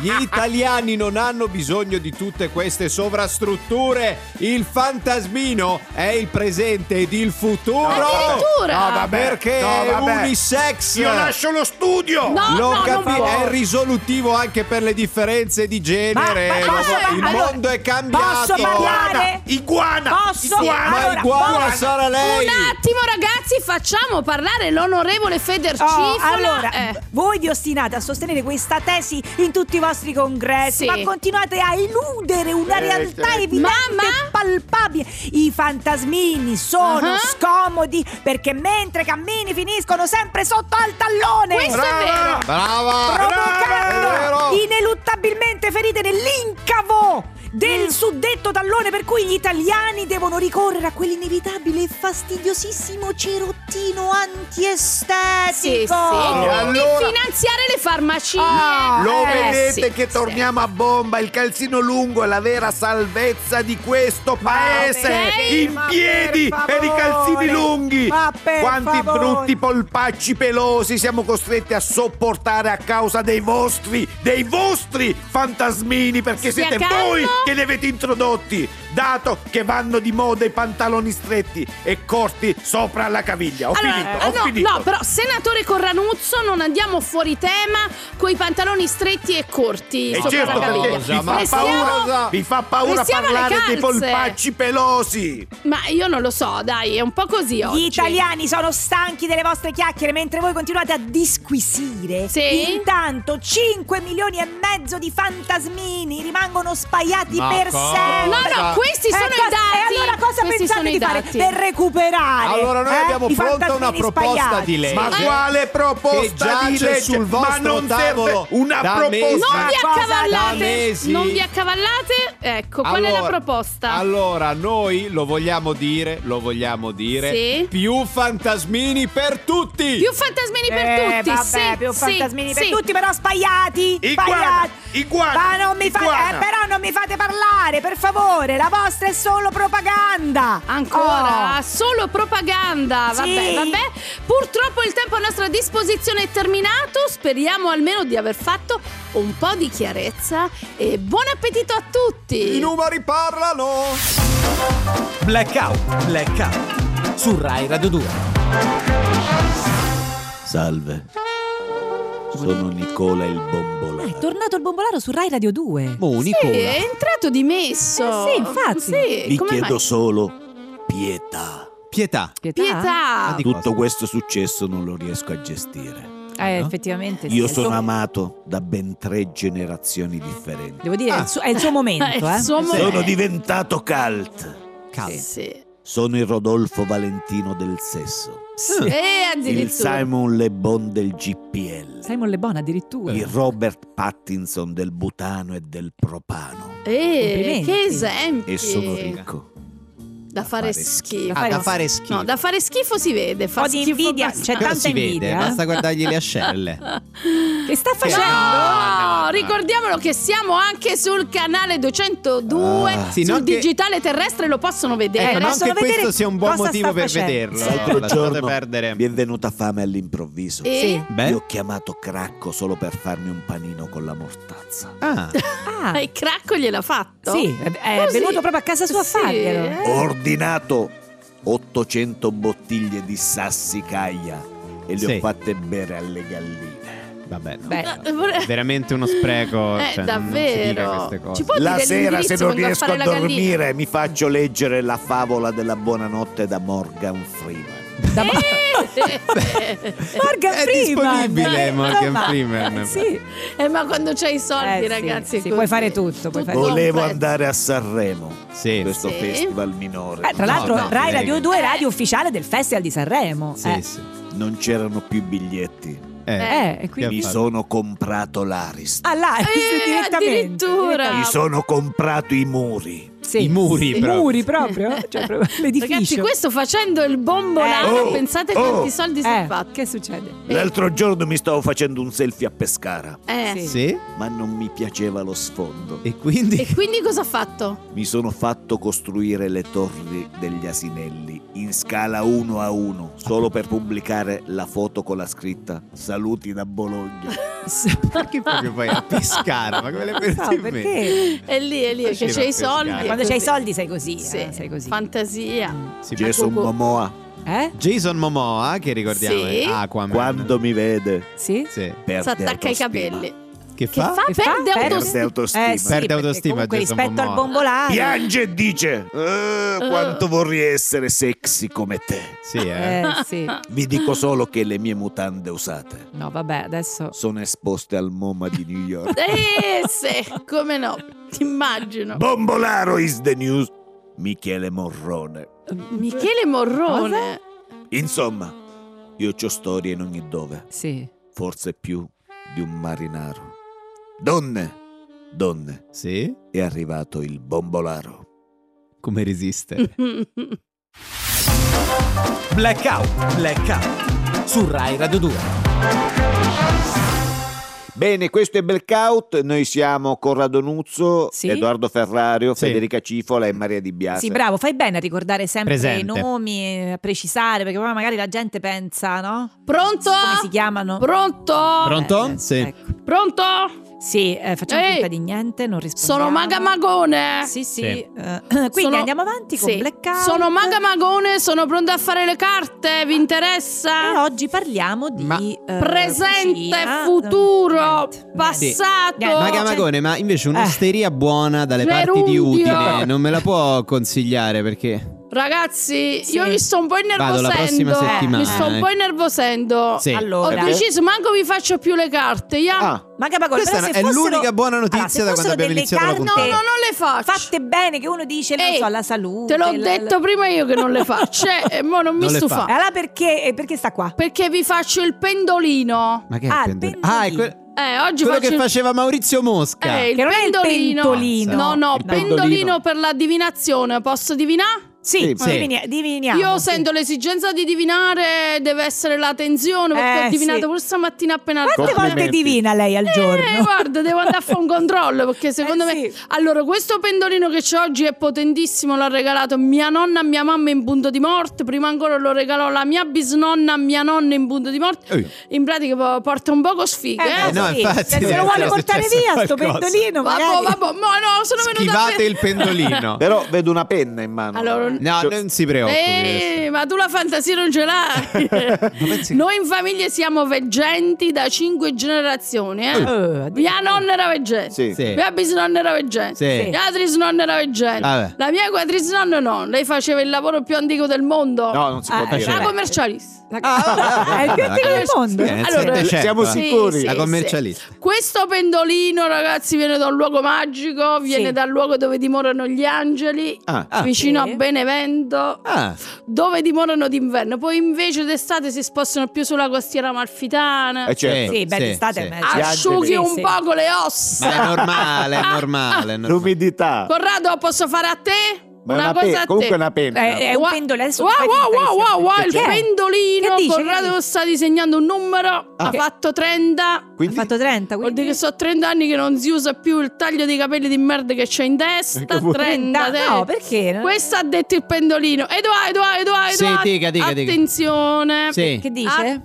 [SPEAKER 6] Gli italiani non hanno bisogno di tutte queste sovrastrutture. Il fantasmino è il presente ed il futuro.
[SPEAKER 5] Addirittura!
[SPEAKER 3] No, vabbè.
[SPEAKER 6] Perché
[SPEAKER 3] No,
[SPEAKER 6] è
[SPEAKER 3] vabbè.
[SPEAKER 6] unisex.
[SPEAKER 3] Io lascio lo studio.
[SPEAKER 6] Lo
[SPEAKER 5] No, no, non
[SPEAKER 6] capi-
[SPEAKER 5] può.
[SPEAKER 6] è risolutivo anche per le differenze di genere.
[SPEAKER 4] Ma- ma
[SPEAKER 6] Lo
[SPEAKER 4] posso-
[SPEAKER 6] so, il
[SPEAKER 4] allora,
[SPEAKER 6] mondo è cambiato.
[SPEAKER 4] posso parlare?
[SPEAKER 3] Iguana.
[SPEAKER 4] Posso?
[SPEAKER 3] Iguana.
[SPEAKER 6] Ma
[SPEAKER 4] Allora,
[SPEAKER 6] iguana
[SPEAKER 4] posso-
[SPEAKER 6] sarà lei.
[SPEAKER 5] Un attimo ragazzi, facciamo parlare l'onorevole Federcifola.
[SPEAKER 4] Oh, allora,
[SPEAKER 5] Eh,
[SPEAKER 4] voi vi ostinate a sostenere questa tesi in tutti i vostri congressi,
[SPEAKER 5] Sì.
[SPEAKER 4] ma continuate a eludere una
[SPEAKER 3] Eh,
[SPEAKER 4] realtà
[SPEAKER 3] certo.
[SPEAKER 4] evidente
[SPEAKER 5] Mamma?
[SPEAKER 4] e palpabile. I fantasmini sono
[SPEAKER 5] Ah.
[SPEAKER 4] scomodi perché mentre cammini finiscono sempre sotto al tallone.
[SPEAKER 5] Questo è vero.
[SPEAKER 6] Brava.
[SPEAKER 4] provocando
[SPEAKER 6] È vero.
[SPEAKER 4] ineluttabilmente ferite nell'incavo
[SPEAKER 6] Mm.
[SPEAKER 4] del suddetto tallone per cui gli italiani devono ricorrere a quell'inevitabile e fastidiosissimo cerottino antiestetico.
[SPEAKER 5] Sì, sì.
[SPEAKER 3] E
[SPEAKER 5] Quindi
[SPEAKER 3] allora-
[SPEAKER 5] finanziare le farmacie.
[SPEAKER 4] Ah,
[SPEAKER 3] Lo
[SPEAKER 5] Eh,
[SPEAKER 3] vedete
[SPEAKER 5] sì,
[SPEAKER 3] che
[SPEAKER 5] sì.
[SPEAKER 3] torniamo a bomba, il calzino lungo è la vera salvezza di questo paese.
[SPEAKER 5] ok,
[SPEAKER 3] In
[SPEAKER 4] ma
[SPEAKER 3] piedi
[SPEAKER 4] per
[SPEAKER 3] per i calzini
[SPEAKER 4] favore,
[SPEAKER 3] lunghi.
[SPEAKER 4] ma per
[SPEAKER 3] Quanti
[SPEAKER 4] favore.
[SPEAKER 3] brutti polpacci pelosi siamo costretti a sopportare a causa dei vostri, dei vostri fantasmini perché
[SPEAKER 5] Stia
[SPEAKER 3] siete
[SPEAKER 5] calmo.
[SPEAKER 3] voi che li avete introdotti.
[SPEAKER 7] dato che vanno di moda i pantaloni stretti e corti sopra la caviglia. Ho finito,
[SPEAKER 5] eh,
[SPEAKER 7] ho
[SPEAKER 5] no,
[SPEAKER 7] finito.
[SPEAKER 5] no, però senatore Corranuzzo non andiamo fuori tema coi pantaloni stretti e corti
[SPEAKER 7] E
[SPEAKER 5] sopra
[SPEAKER 7] certo
[SPEAKER 5] la caviglia. Eh,
[SPEAKER 7] perché vi fa
[SPEAKER 5] Restiamo-
[SPEAKER 7] paura, vi fa paura
[SPEAKER 5] restiamo alle
[SPEAKER 7] parlare dei
[SPEAKER 5] calze.
[SPEAKER 7] polpacci pelosi.
[SPEAKER 5] Ma io non lo so, dai, è un po' così oggi.
[SPEAKER 8] Gli italiani sono stanchi delle vostre chiacchiere mentre voi continuate a disquisire.
[SPEAKER 5] Sì?
[SPEAKER 8] Intanto 5 milioni e mezzo di fantasmini rimangono spaiati
[SPEAKER 9] Ma
[SPEAKER 8] per
[SPEAKER 9] cosa?
[SPEAKER 8] sempre.
[SPEAKER 5] No, no, questi sono
[SPEAKER 8] e
[SPEAKER 5] i
[SPEAKER 8] cosa-
[SPEAKER 5] dati.
[SPEAKER 8] E allora cosa
[SPEAKER 5] Questi sono
[SPEAKER 8] pensate
[SPEAKER 5] i
[SPEAKER 8] di fare
[SPEAKER 5] dati.
[SPEAKER 8] per recuperare?
[SPEAKER 9] Allora noi
[SPEAKER 8] eh,
[SPEAKER 9] abbiamo
[SPEAKER 8] i
[SPEAKER 9] pronta una
[SPEAKER 8] fantasmini
[SPEAKER 9] proposta
[SPEAKER 8] spaiati?
[SPEAKER 9] di legge.
[SPEAKER 7] Ma
[SPEAKER 9] Eh,
[SPEAKER 7] quale
[SPEAKER 9] che
[SPEAKER 7] proposta
[SPEAKER 9] giace
[SPEAKER 7] di legge?
[SPEAKER 9] sul
[SPEAKER 7] Ma
[SPEAKER 9] vostro
[SPEAKER 7] non serve
[SPEAKER 9] tavolo
[SPEAKER 7] una
[SPEAKER 9] da
[SPEAKER 7] proposta.
[SPEAKER 5] Non vi
[SPEAKER 8] Una cosa
[SPEAKER 9] da
[SPEAKER 5] accavallate,
[SPEAKER 9] mesi.
[SPEAKER 5] non vi accavallate. Ecco, qual è la proposta?
[SPEAKER 9] Allora, noi lo vogliamo dire, lo vogliamo dire.
[SPEAKER 5] Sì.
[SPEAKER 9] Più fantasmini per tutti!
[SPEAKER 5] Più fantasmini per
[SPEAKER 8] Eh,
[SPEAKER 5] tutti,
[SPEAKER 8] vabbè,
[SPEAKER 5] sì,
[SPEAKER 8] più
[SPEAKER 5] sì,
[SPEAKER 8] fantasmini per
[SPEAKER 5] sì.
[SPEAKER 8] tutti, però spaiati.
[SPEAKER 7] Iguana,
[SPEAKER 8] spaiati.
[SPEAKER 7] iguana,
[SPEAKER 8] Ma non mi fa-
[SPEAKER 7] iguana.
[SPEAKER 8] eh, però non mi fate parlare, per favore. La vostra è solo propaganda.
[SPEAKER 5] Ancora,
[SPEAKER 8] Oh.
[SPEAKER 5] solo propaganda.
[SPEAKER 8] Sì.
[SPEAKER 5] Vabbè, vabbè. Purtroppo il tempo a nostra disposizione è terminato. Speriamo almeno di aver fatto un po' di chiarezza. E buon appetito a tutti!
[SPEAKER 9] I numeri parlano!
[SPEAKER 10] Blackout, blackout su Rai Radio 2.
[SPEAKER 3] Salve, sono Nicola il Bombolaro.
[SPEAKER 4] È tornato il bombolaro su Rai Radio 2.
[SPEAKER 6] Mo,
[SPEAKER 5] Sì,
[SPEAKER 6] Nicola.
[SPEAKER 5] è entrato dimesso.
[SPEAKER 4] Eh sì, infatti.
[SPEAKER 5] Sì,
[SPEAKER 3] Vi
[SPEAKER 5] come
[SPEAKER 3] chiedo
[SPEAKER 5] mai?
[SPEAKER 3] solo pietà.
[SPEAKER 6] Pietà.
[SPEAKER 5] pietà.
[SPEAKER 6] di-
[SPEAKER 3] Tutto questo successo non lo riesco a gestire.
[SPEAKER 4] Eh, effettivamente.
[SPEAKER 3] Io
[SPEAKER 4] sì.
[SPEAKER 3] sono amato da ben tre generazioni differenti.
[SPEAKER 4] Devo dire, è, il suo, è il suo momento,
[SPEAKER 5] Eh,
[SPEAKER 4] eh.
[SPEAKER 5] insomma,
[SPEAKER 3] Sono
[SPEAKER 5] eh,
[SPEAKER 3] diventato cult.
[SPEAKER 5] sì, sì.
[SPEAKER 3] Sono il Rodolfo Valentino del Sesso.
[SPEAKER 5] E
[SPEAKER 3] Il
[SPEAKER 5] Eh, addirittura.
[SPEAKER 3] Simon Le Bon del GPL.
[SPEAKER 4] Simon Le Bon addirittura.
[SPEAKER 3] Il Robert Pattinson del Butano e del Propano.
[SPEAKER 5] Eh,
[SPEAKER 4] Complimenti.
[SPEAKER 5] che esempi.
[SPEAKER 3] E sono ricco.
[SPEAKER 5] Da fare
[SPEAKER 3] fare
[SPEAKER 5] schifo.
[SPEAKER 6] Ah, da fare schifo.
[SPEAKER 5] No, da fare schifo si vede. Fa
[SPEAKER 4] Un po' di
[SPEAKER 5] schifo
[SPEAKER 4] invidia, Cioè,
[SPEAKER 5] abbastanza.
[SPEAKER 4] c'è
[SPEAKER 6] Però
[SPEAKER 4] tanta
[SPEAKER 6] si vede,
[SPEAKER 4] invidia, eh?
[SPEAKER 6] basta guardargli le
[SPEAKER 5] <laughs>
[SPEAKER 6] ascelle.
[SPEAKER 4] Che sta facendo?
[SPEAKER 5] No,
[SPEAKER 9] no, no.
[SPEAKER 5] ricordiamolo che siamo anche sul canale 202
[SPEAKER 3] Ah.
[SPEAKER 6] Sì,
[SPEAKER 5] sul
[SPEAKER 6] non che-
[SPEAKER 5] digitale terrestre lo possono vedere.
[SPEAKER 6] Ecco, non
[SPEAKER 4] possono
[SPEAKER 6] che
[SPEAKER 4] vedere
[SPEAKER 6] questo sia un buon
[SPEAKER 4] cosa
[SPEAKER 6] motivo
[SPEAKER 4] sta
[SPEAKER 6] per
[SPEAKER 4] facendo.
[SPEAKER 6] vederlo.
[SPEAKER 3] L'altro
[SPEAKER 6] Lasciate
[SPEAKER 3] giorno
[SPEAKER 9] perdere.
[SPEAKER 3] mi è venuta fame all'improvviso.
[SPEAKER 5] E
[SPEAKER 6] Beh.
[SPEAKER 3] Io ho chiamato Cracco solo per farmi un panino con la mortazza.
[SPEAKER 6] Ah,
[SPEAKER 4] Ah,
[SPEAKER 5] e Cracco gliel'ha fatto.
[SPEAKER 4] sì, è, è
[SPEAKER 5] Così.
[SPEAKER 4] venuto proprio a casa sua a
[SPEAKER 5] Sì,
[SPEAKER 4] farglielo.
[SPEAKER 5] eh.
[SPEAKER 3] Ho ordinato 800 bottiglie di sassicaia e le
[SPEAKER 6] Sì.
[SPEAKER 3] ho fatte bere alle galline.
[SPEAKER 6] vabbè. no.
[SPEAKER 4] Beh.
[SPEAKER 5] Eh, vorrei-
[SPEAKER 6] Veramente uno spreco.
[SPEAKER 4] <laughs>
[SPEAKER 5] Eh,
[SPEAKER 6] cioè, non si dica
[SPEAKER 5] davvero.
[SPEAKER 6] queste cose.
[SPEAKER 5] Ci puoi
[SPEAKER 3] La
[SPEAKER 5] dire
[SPEAKER 3] sera, se
[SPEAKER 5] l'indirizzo
[SPEAKER 3] non
[SPEAKER 5] quando va
[SPEAKER 3] riesco
[SPEAKER 5] fare
[SPEAKER 3] a
[SPEAKER 5] la gallina?
[SPEAKER 3] dormire, mi faccio leggere la favola della buonanotte da Morgan Freeman.
[SPEAKER 5] Eh,
[SPEAKER 4] Morgan
[SPEAKER 6] È
[SPEAKER 4] Freeman.
[SPEAKER 6] disponibile
[SPEAKER 4] Eh,
[SPEAKER 6] Morgan
[SPEAKER 4] ma-
[SPEAKER 6] Freeman.
[SPEAKER 4] Sì.
[SPEAKER 5] eh, ma quando c'hai i soldi,
[SPEAKER 4] Eh, sì,
[SPEAKER 5] ragazzi.
[SPEAKER 4] sì,
[SPEAKER 5] è così.
[SPEAKER 4] puoi fare tutto, puoi fare tutto.
[SPEAKER 3] Volevo
[SPEAKER 5] a un
[SPEAKER 3] andare a Sanremo,
[SPEAKER 6] Sì.
[SPEAKER 3] questo
[SPEAKER 5] Sì.
[SPEAKER 3] festival minore.
[SPEAKER 4] Eh, tra l'altro,
[SPEAKER 6] No, no,
[SPEAKER 4] Rai
[SPEAKER 6] lei-
[SPEAKER 4] Radio 2
[SPEAKER 5] Eh.
[SPEAKER 4] è radio ufficiale del Festival di Sanremo.
[SPEAKER 6] Sì,
[SPEAKER 4] eh.
[SPEAKER 6] sì.
[SPEAKER 3] Non c'erano più biglietti.
[SPEAKER 6] Eh,
[SPEAKER 4] Eh, e quindi...
[SPEAKER 3] Mi sono comprato l'Aris.
[SPEAKER 4] Ah, là,
[SPEAKER 5] Eh,
[SPEAKER 4] direttamente.
[SPEAKER 5] addirittura.
[SPEAKER 3] Mi sono comprato i muri.
[SPEAKER 4] Sì.
[SPEAKER 6] I muri
[SPEAKER 4] I
[SPEAKER 6] proprio.
[SPEAKER 4] muri proprio, cioè proprio
[SPEAKER 5] <laughs>
[SPEAKER 4] l'edificio.
[SPEAKER 5] Ragazzi, questo facendo il bombolaro,
[SPEAKER 3] Eh. Oh,
[SPEAKER 5] pensate
[SPEAKER 3] oh.
[SPEAKER 5] quanti soldi si è
[SPEAKER 4] eh,
[SPEAKER 5] fatto.
[SPEAKER 4] che succede?
[SPEAKER 3] L'altro giorno mi stavo facendo un selfie a Pescara,
[SPEAKER 5] Eh.
[SPEAKER 4] Sì.
[SPEAKER 6] Sì.
[SPEAKER 3] ma non mi piaceva lo sfondo.
[SPEAKER 6] E
[SPEAKER 4] <laughs>
[SPEAKER 6] quindi...
[SPEAKER 5] E quindi cosa ha fatto?
[SPEAKER 3] Mi sono fatto costruire le torri degli asinelli in scala 1 a 1, solo per pubblicare la foto con la scritta Saluti da
[SPEAKER 5] <laughs>
[SPEAKER 3] Bologna.
[SPEAKER 6] <laughs> Perché proprio poi a pescare? Ma come le
[SPEAKER 4] <laughs> No,
[SPEAKER 6] pensi in mente?
[SPEAKER 4] perché?
[SPEAKER 5] È lì, è lì, è
[SPEAKER 6] Faceva
[SPEAKER 5] che c'è i
[SPEAKER 6] pescare.
[SPEAKER 5] soldi. è
[SPEAKER 4] Quando
[SPEAKER 5] così.
[SPEAKER 4] c'hai i soldi sei così,
[SPEAKER 5] Sì.
[SPEAKER 4] eh, sei così.
[SPEAKER 5] Fantasia.
[SPEAKER 6] Sì,
[SPEAKER 3] Jason
[SPEAKER 5] Cucù.
[SPEAKER 3] Momoa,
[SPEAKER 4] eh?
[SPEAKER 6] Jason Momoa, che ricordiamo
[SPEAKER 5] Sì.
[SPEAKER 6] è Aquaman.
[SPEAKER 3] quando mi vede,
[SPEAKER 4] Sì?
[SPEAKER 6] Sì.
[SPEAKER 3] perde
[SPEAKER 5] Si attacca ai
[SPEAKER 3] autostima.
[SPEAKER 5] capelli.
[SPEAKER 6] Che
[SPEAKER 5] Che
[SPEAKER 6] fa?
[SPEAKER 5] fa?
[SPEAKER 4] Che fa?
[SPEAKER 5] Perde
[SPEAKER 4] Perde.
[SPEAKER 5] autostima.
[SPEAKER 3] autostima.
[SPEAKER 4] Eh, sì,
[SPEAKER 6] Perde
[SPEAKER 4] perché
[SPEAKER 6] autostima,
[SPEAKER 4] comunque
[SPEAKER 6] Jason
[SPEAKER 4] rispetto al
[SPEAKER 6] Momoa.
[SPEAKER 4] bombolare.
[SPEAKER 3] Piange e dice "Eh, quanto vorrei essere sexy come te.
[SPEAKER 6] Sì, eh.
[SPEAKER 4] Eh, sì.
[SPEAKER 3] Vi dico solo che le mie mutande usate
[SPEAKER 4] No, vabbè, adesso
[SPEAKER 3] sono esposte al MoMA di
[SPEAKER 4] <laughs>
[SPEAKER 3] New York.
[SPEAKER 5] Eh, sì, come no? Ti immagino.
[SPEAKER 3] Bombolaro is the news. Michele Morrone.
[SPEAKER 5] Michele Morrone.
[SPEAKER 3] Insomma, io ho storie in ogni dove,
[SPEAKER 4] sì.
[SPEAKER 3] forse più di un marinaro. Donne, donne,
[SPEAKER 6] Sì?
[SPEAKER 3] è arrivato il bombolaro.
[SPEAKER 6] Come
[SPEAKER 4] <laughs>
[SPEAKER 6] resiste?
[SPEAKER 10] Blackout, blackout su Rai Radio 2.
[SPEAKER 3] Bene, questo è Blackout, noi siamo Corrado Nuzzo,
[SPEAKER 4] Sì.
[SPEAKER 3] Edoardo Ferrario,
[SPEAKER 6] Sì.
[SPEAKER 3] Federica Cifola e Maria Di Biase.
[SPEAKER 4] Sì, bravo, fai bene a ricordare sempre
[SPEAKER 6] Presente.
[SPEAKER 4] i nomi, eh, a precisare, perché poi magari la gente pensa, no?
[SPEAKER 5] Pronto?
[SPEAKER 4] Come si chiamano?
[SPEAKER 5] Pronto?
[SPEAKER 6] Pronto?
[SPEAKER 4] Eh,
[SPEAKER 6] Sì.
[SPEAKER 4] ecco.
[SPEAKER 5] Pronto?
[SPEAKER 4] Sì, eh, facciamo
[SPEAKER 5] Ehi!
[SPEAKER 4] finta di niente, non rispondiamo.
[SPEAKER 5] Sono magamagone.
[SPEAKER 4] Sì, sì.
[SPEAKER 11] Sì.
[SPEAKER 4] eh, <clears throat> quindi
[SPEAKER 5] Sono-
[SPEAKER 4] andiamo avanti con
[SPEAKER 5] sì.
[SPEAKER 4] Blackout.
[SPEAKER 5] Sono magamagone, sono pronta a fare le carte, vi interessa?
[SPEAKER 4] E Ah, oggi parliamo di
[SPEAKER 11] Ma-
[SPEAKER 4] eh,
[SPEAKER 5] Presente,
[SPEAKER 4] cucina,
[SPEAKER 5] futuro,
[SPEAKER 4] niente, niente.
[SPEAKER 5] passato.
[SPEAKER 4] Niente.
[SPEAKER 6] Maga Magone, ma invece
[SPEAKER 4] eh.
[SPEAKER 6] un'osteria buona dalle
[SPEAKER 4] Cioè,
[SPEAKER 6] parti di
[SPEAKER 5] Gerundio.
[SPEAKER 6] Udine non me la può consigliare perché
[SPEAKER 5] Ragazzi,
[SPEAKER 4] Sì.
[SPEAKER 5] io mi sto un po'
[SPEAKER 6] Vado la prossima
[SPEAKER 5] innervosendo.
[SPEAKER 6] settimana,
[SPEAKER 5] mi sto un
[SPEAKER 6] eh.
[SPEAKER 5] po' innervosendo.
[SPEAKER 6] Sì.
[SPEAKER 4] Allora,
[SPEAKER 5] Ho deciso, manco vi faccio più le carte. ya.
[SPEAKER 12] Ah,
[SPEAKER 4] Maga Magone,
[SPEAKER 6] Questa
[SPEAKER 4] però se
[SPEAKER 6] è
[SPEAKER 4] fossero-
[SPEAKER 6] l'unica buona notizia
[SPEAKER 4] Allora, se
[SPEAKER 6] da quando
[SPEAKER 4] fossero
[SPEAKER 6] abbiamo
[SPEAKER 4] delle
[SPEAKER 6] iniziato la
[SPEAKER 4] carte
[SPEAKER 5] No, no,
[SPEAKER 6] puntata.
[SPEAKER 5] non le faccio.
[SPEAKER 4] Fatte bene, che uno dice, non
[SPEAKER 5] Ehi,
[SPEAKER 4] so, la salute.
[SPEAKER 5] Eh, Te l'ho
[SPEAKER 4] la-
[SPEAKER 5] detto
[SPEAKER 4] la-
[SPEAKER 5] prima io che non le faccio. eh, e mo non mi
[SPEAKER 6] Non le
[SPEAKER 5] stufa.
[SPEAKER 6] fa.
[SPEAKER 4] Allora perché, eh, perché sta qua?
[SPEAKER 5] Perché vi faccio il pendolino.
[SPEAKER 6] Ma che
[SPEAKER 4] Ah,
[SPEAKER 6] è
[SPEAKER 4] il
[SPEAKER 6] il pendolino?
[SPEAKER 4] pendolino.
[SPEAKER 6] Ah, è que-
[SPEAKER 5] Eh, oggi
[SPEAKER 6] quello
[SPEAKER 5] faccio
[SPEAKER 6] che
[SPEAKER 5] il
[SPEAKER 6] faceva Maurizio Mosca.
[SPEAKER 5] Eh, il
[SPEAKER 4] Che non è il
[SPEAKER 5] pendolino.
[SPEAKER 4] pentolino.
[SPEAKER 5] No, no,
[SPEAKER 4] Il
[SPEAKER 5] pendolino.
[SPEAKER 12] pendolino.
[SPEAKER 5] per la divinazione. Posso divinare?
[SPEAKER 4] Sì,
[SPEAKER 6] Sì.
[SPEAKER 4] divini- diviniamo.
[SPEAKER 5] Io
[SPEAKER 4] sì.
[SPEAKER 5] sento l'esigenza di divinare, deve essere la tensione, perché
[SPEAKER 4] Eh,
[SPEAKER 5] ho divinato
[SPEAKER 4] sì.
[SPEAKER 5] pure stamattina appena
[SPEAKER 4] Quante
[SPEAKER 5] alzata.
[SPEAKER 4] volte divina lei al giorno?
[SPEAKER 5] Eh, guarda, devo andare a fare un controllo perché secondo
[SPEAKER 4] Eh,
[SPEAKER 5] me.
[SPEAKER 4] sì.
[SPEAKER 5] Allora, questo pendolino che c'è oggi è potentissimo. L'ha regalato mia nonna a mia mamma in punto di morte. Prima ancora lo regalò la mia bisnonna a mia nonna in punto di morte.
[SPEAKER 6] Ehi.
[SPEAKER 5] In pratica, po- porta un poco sfiga.
[SPEAKER 4] Eh,
[SPEAKER 5] Eh,
[SPEAKER 6] no,
[SPEAKER 4] sì.
[SPEAKER 6] infatti,
[SPEAKER 4] Se
[SPEAKER 6] deve
[SPEAKER 4] lo vuole
[SPEAKER 6] essere
[SPEAKER 4] portare
[SPEAKER 6] successo
[SPEAKER 4] via sto
[SPEAKER 6] qualcosa.
[SPEAKER 4] pendolino,
[SPEAKER 5] vabbè,
[SPEAKER 4] magari.
[SPEAKER 5] vabbè, ma no, sono venuta a
[SPEAKER 6] Schivate il
[SPEAKER 3] <laughs>
[SPEAKER 6] pendolino.
[SPEAKER 3] Però vedo una penna in mano.
[SPEAKER 5] Allora,
[SPEAKER 6] No,
[SPEAKER 3] Cioè-
[SPEAKER 6] non si preoccupi. adesso.
[SPEAKER 5] Eh, ma tu la fantasia non
[SPEAKER 6] <laughs>
[SPEAKER 5] ce l'hai.
[SPEAKER 6] pensi-
[SPEAKER 5] Noi in famiglia siamo veggenti da cinque generazioni. Eh?
[SPEAKER 4] Eh, di-
[SPEAKER 5] Mia nonna era veggente.
[SPEAKER 3] Sì.
[SPEAKER 6] Ah. Sì.
[SPEAKER 5] Mia bisnonna era veggente.
[SPEAKER 6] Sì.
[SPEAKER 5] Mia trisnonna era veggente.
[SPEAKER 6] Vabbè.
[SPEAKER 5] La mia quadrisnonna no. Lei faceva il lavoro più antico del mondo.
[SPEAKER 3] No, non si può
[SPEAKER 4] Ah,
[SPEAKER 3] dire.
[SPEAKER 5] La
[SPEAKER 4] Vabbè.
[SPEAKER 5] commercialista. ah,
[SPEAKER 4] È
[SPEAKER 6] ah,
[SPEAKER 4] il più antico del mondo.
[SPEAKER 6] Eh, nel
[SPEAKER 5] Allora,
[SPEAKER 6] Settecento,
[SPEAKER 3] siamo
[SPEAKER 6] eh.
[SPEAKER 3] sicuri. Sicuri.
[SPEAKER 6] La commercialista.
[SPEAKER 5] Questo pendolino, ragazzi, viene da un luogo magico, viene
[SPEAKER 4] Sì.
[SPEAKER 5] dal luogo dove dimorano gli angeli,
[SPEAKER 6] Ah, ah.
[SPEAKER 5] vicino
[SPEAKER 4] Sì.
[SPEAKER 5] a Benevento.
[SPEAKER 6] Ah,
[SPEAKER 3] Eh,
[SPEAKER 5] dove dimorano d'inverno, poi invece d'estate si spostano più sulla costiera amalfitana.
[SPEAKER 3] Eh, certo.
[SPEAKER 4] Sì, beh,
[SPEAKER 6] Sì,
[SPEAKER 4] d'estate è
[SPEAKER 6] sì.
[SPEAKER 4] meglio.
[SPEAKER 5] Asciughi
[SPEAKER 4] Sì,
[SPEAKER 5] un
[SPEAKER 4] sì.
[SPEAKER 5] poco le ossa.
[SPEAKER 6] ma è normale,
[SPEAKER 4] <laughs>
[SPEAKER 6] è normale. è normale.
[SPEAKER 3] L'umidità.
[SPEAKER 5] Corrado, posso fare a te?
[SPEAKER 3] Ma è una pe-
[SPEAKER 5] cosa a
[SPEAKER 3] comunque è
[SPEAKER 5] te.
[SPEAKER 3] una penna.
[SPEAKER 4] Eh, È un
[SPEAKER 5] Wa-
[SPEAKER 4] pendolino, adesso
[SPEAKER 5] Wow,
[SPEAKER 4] fai Cioè,
[SPEAKER 5] wow,
[SPEAKER 4] finta di
[SPEAKER 5] wow, wow,
[SPEAKER 4] sapere.
[SPEAKER 5] wow, il
[SPEAKER 4] Che è?
[SPEAKER 5] pendolino.
[SPEAKER 4] Che dice? Che
[SPEAKER 5] Corrado
[SPEAKER 4] dice?
[SPEAKER 5] sta disegnando un numero.
[SPEAKER 3] Ah.
[SPEAKER 5] Ha fatto 30.
[SPEAKER 3] Quindi
[SPEAKER 4] Ha fatto 30,
[SPEAKER 5] Vuol dire
[SPEAKER 4] quindi...
[SPEAKER 5] che sono 30 anni che non si usa più il taglio di capelli di merda che
[SPEAKER 3] Eh,
[SPEAKER 5] c'è in testa. 30. te.
[SPEAKER 4] No, perché? Non-
[SPEAKER 5] Questo ha detto il pendolino. Edoardo, Edoardo,
[SPEAKER 6] Sì,
[SPEAKER 5] Edoardo.
[SPEAKER 6] dica, dica, dica.
[SPEAKER 5] Attenzione.
[SPEAKER 6] Sì.
[SPEAKER 4] Che dice?
[SPEAKER 5] Ah,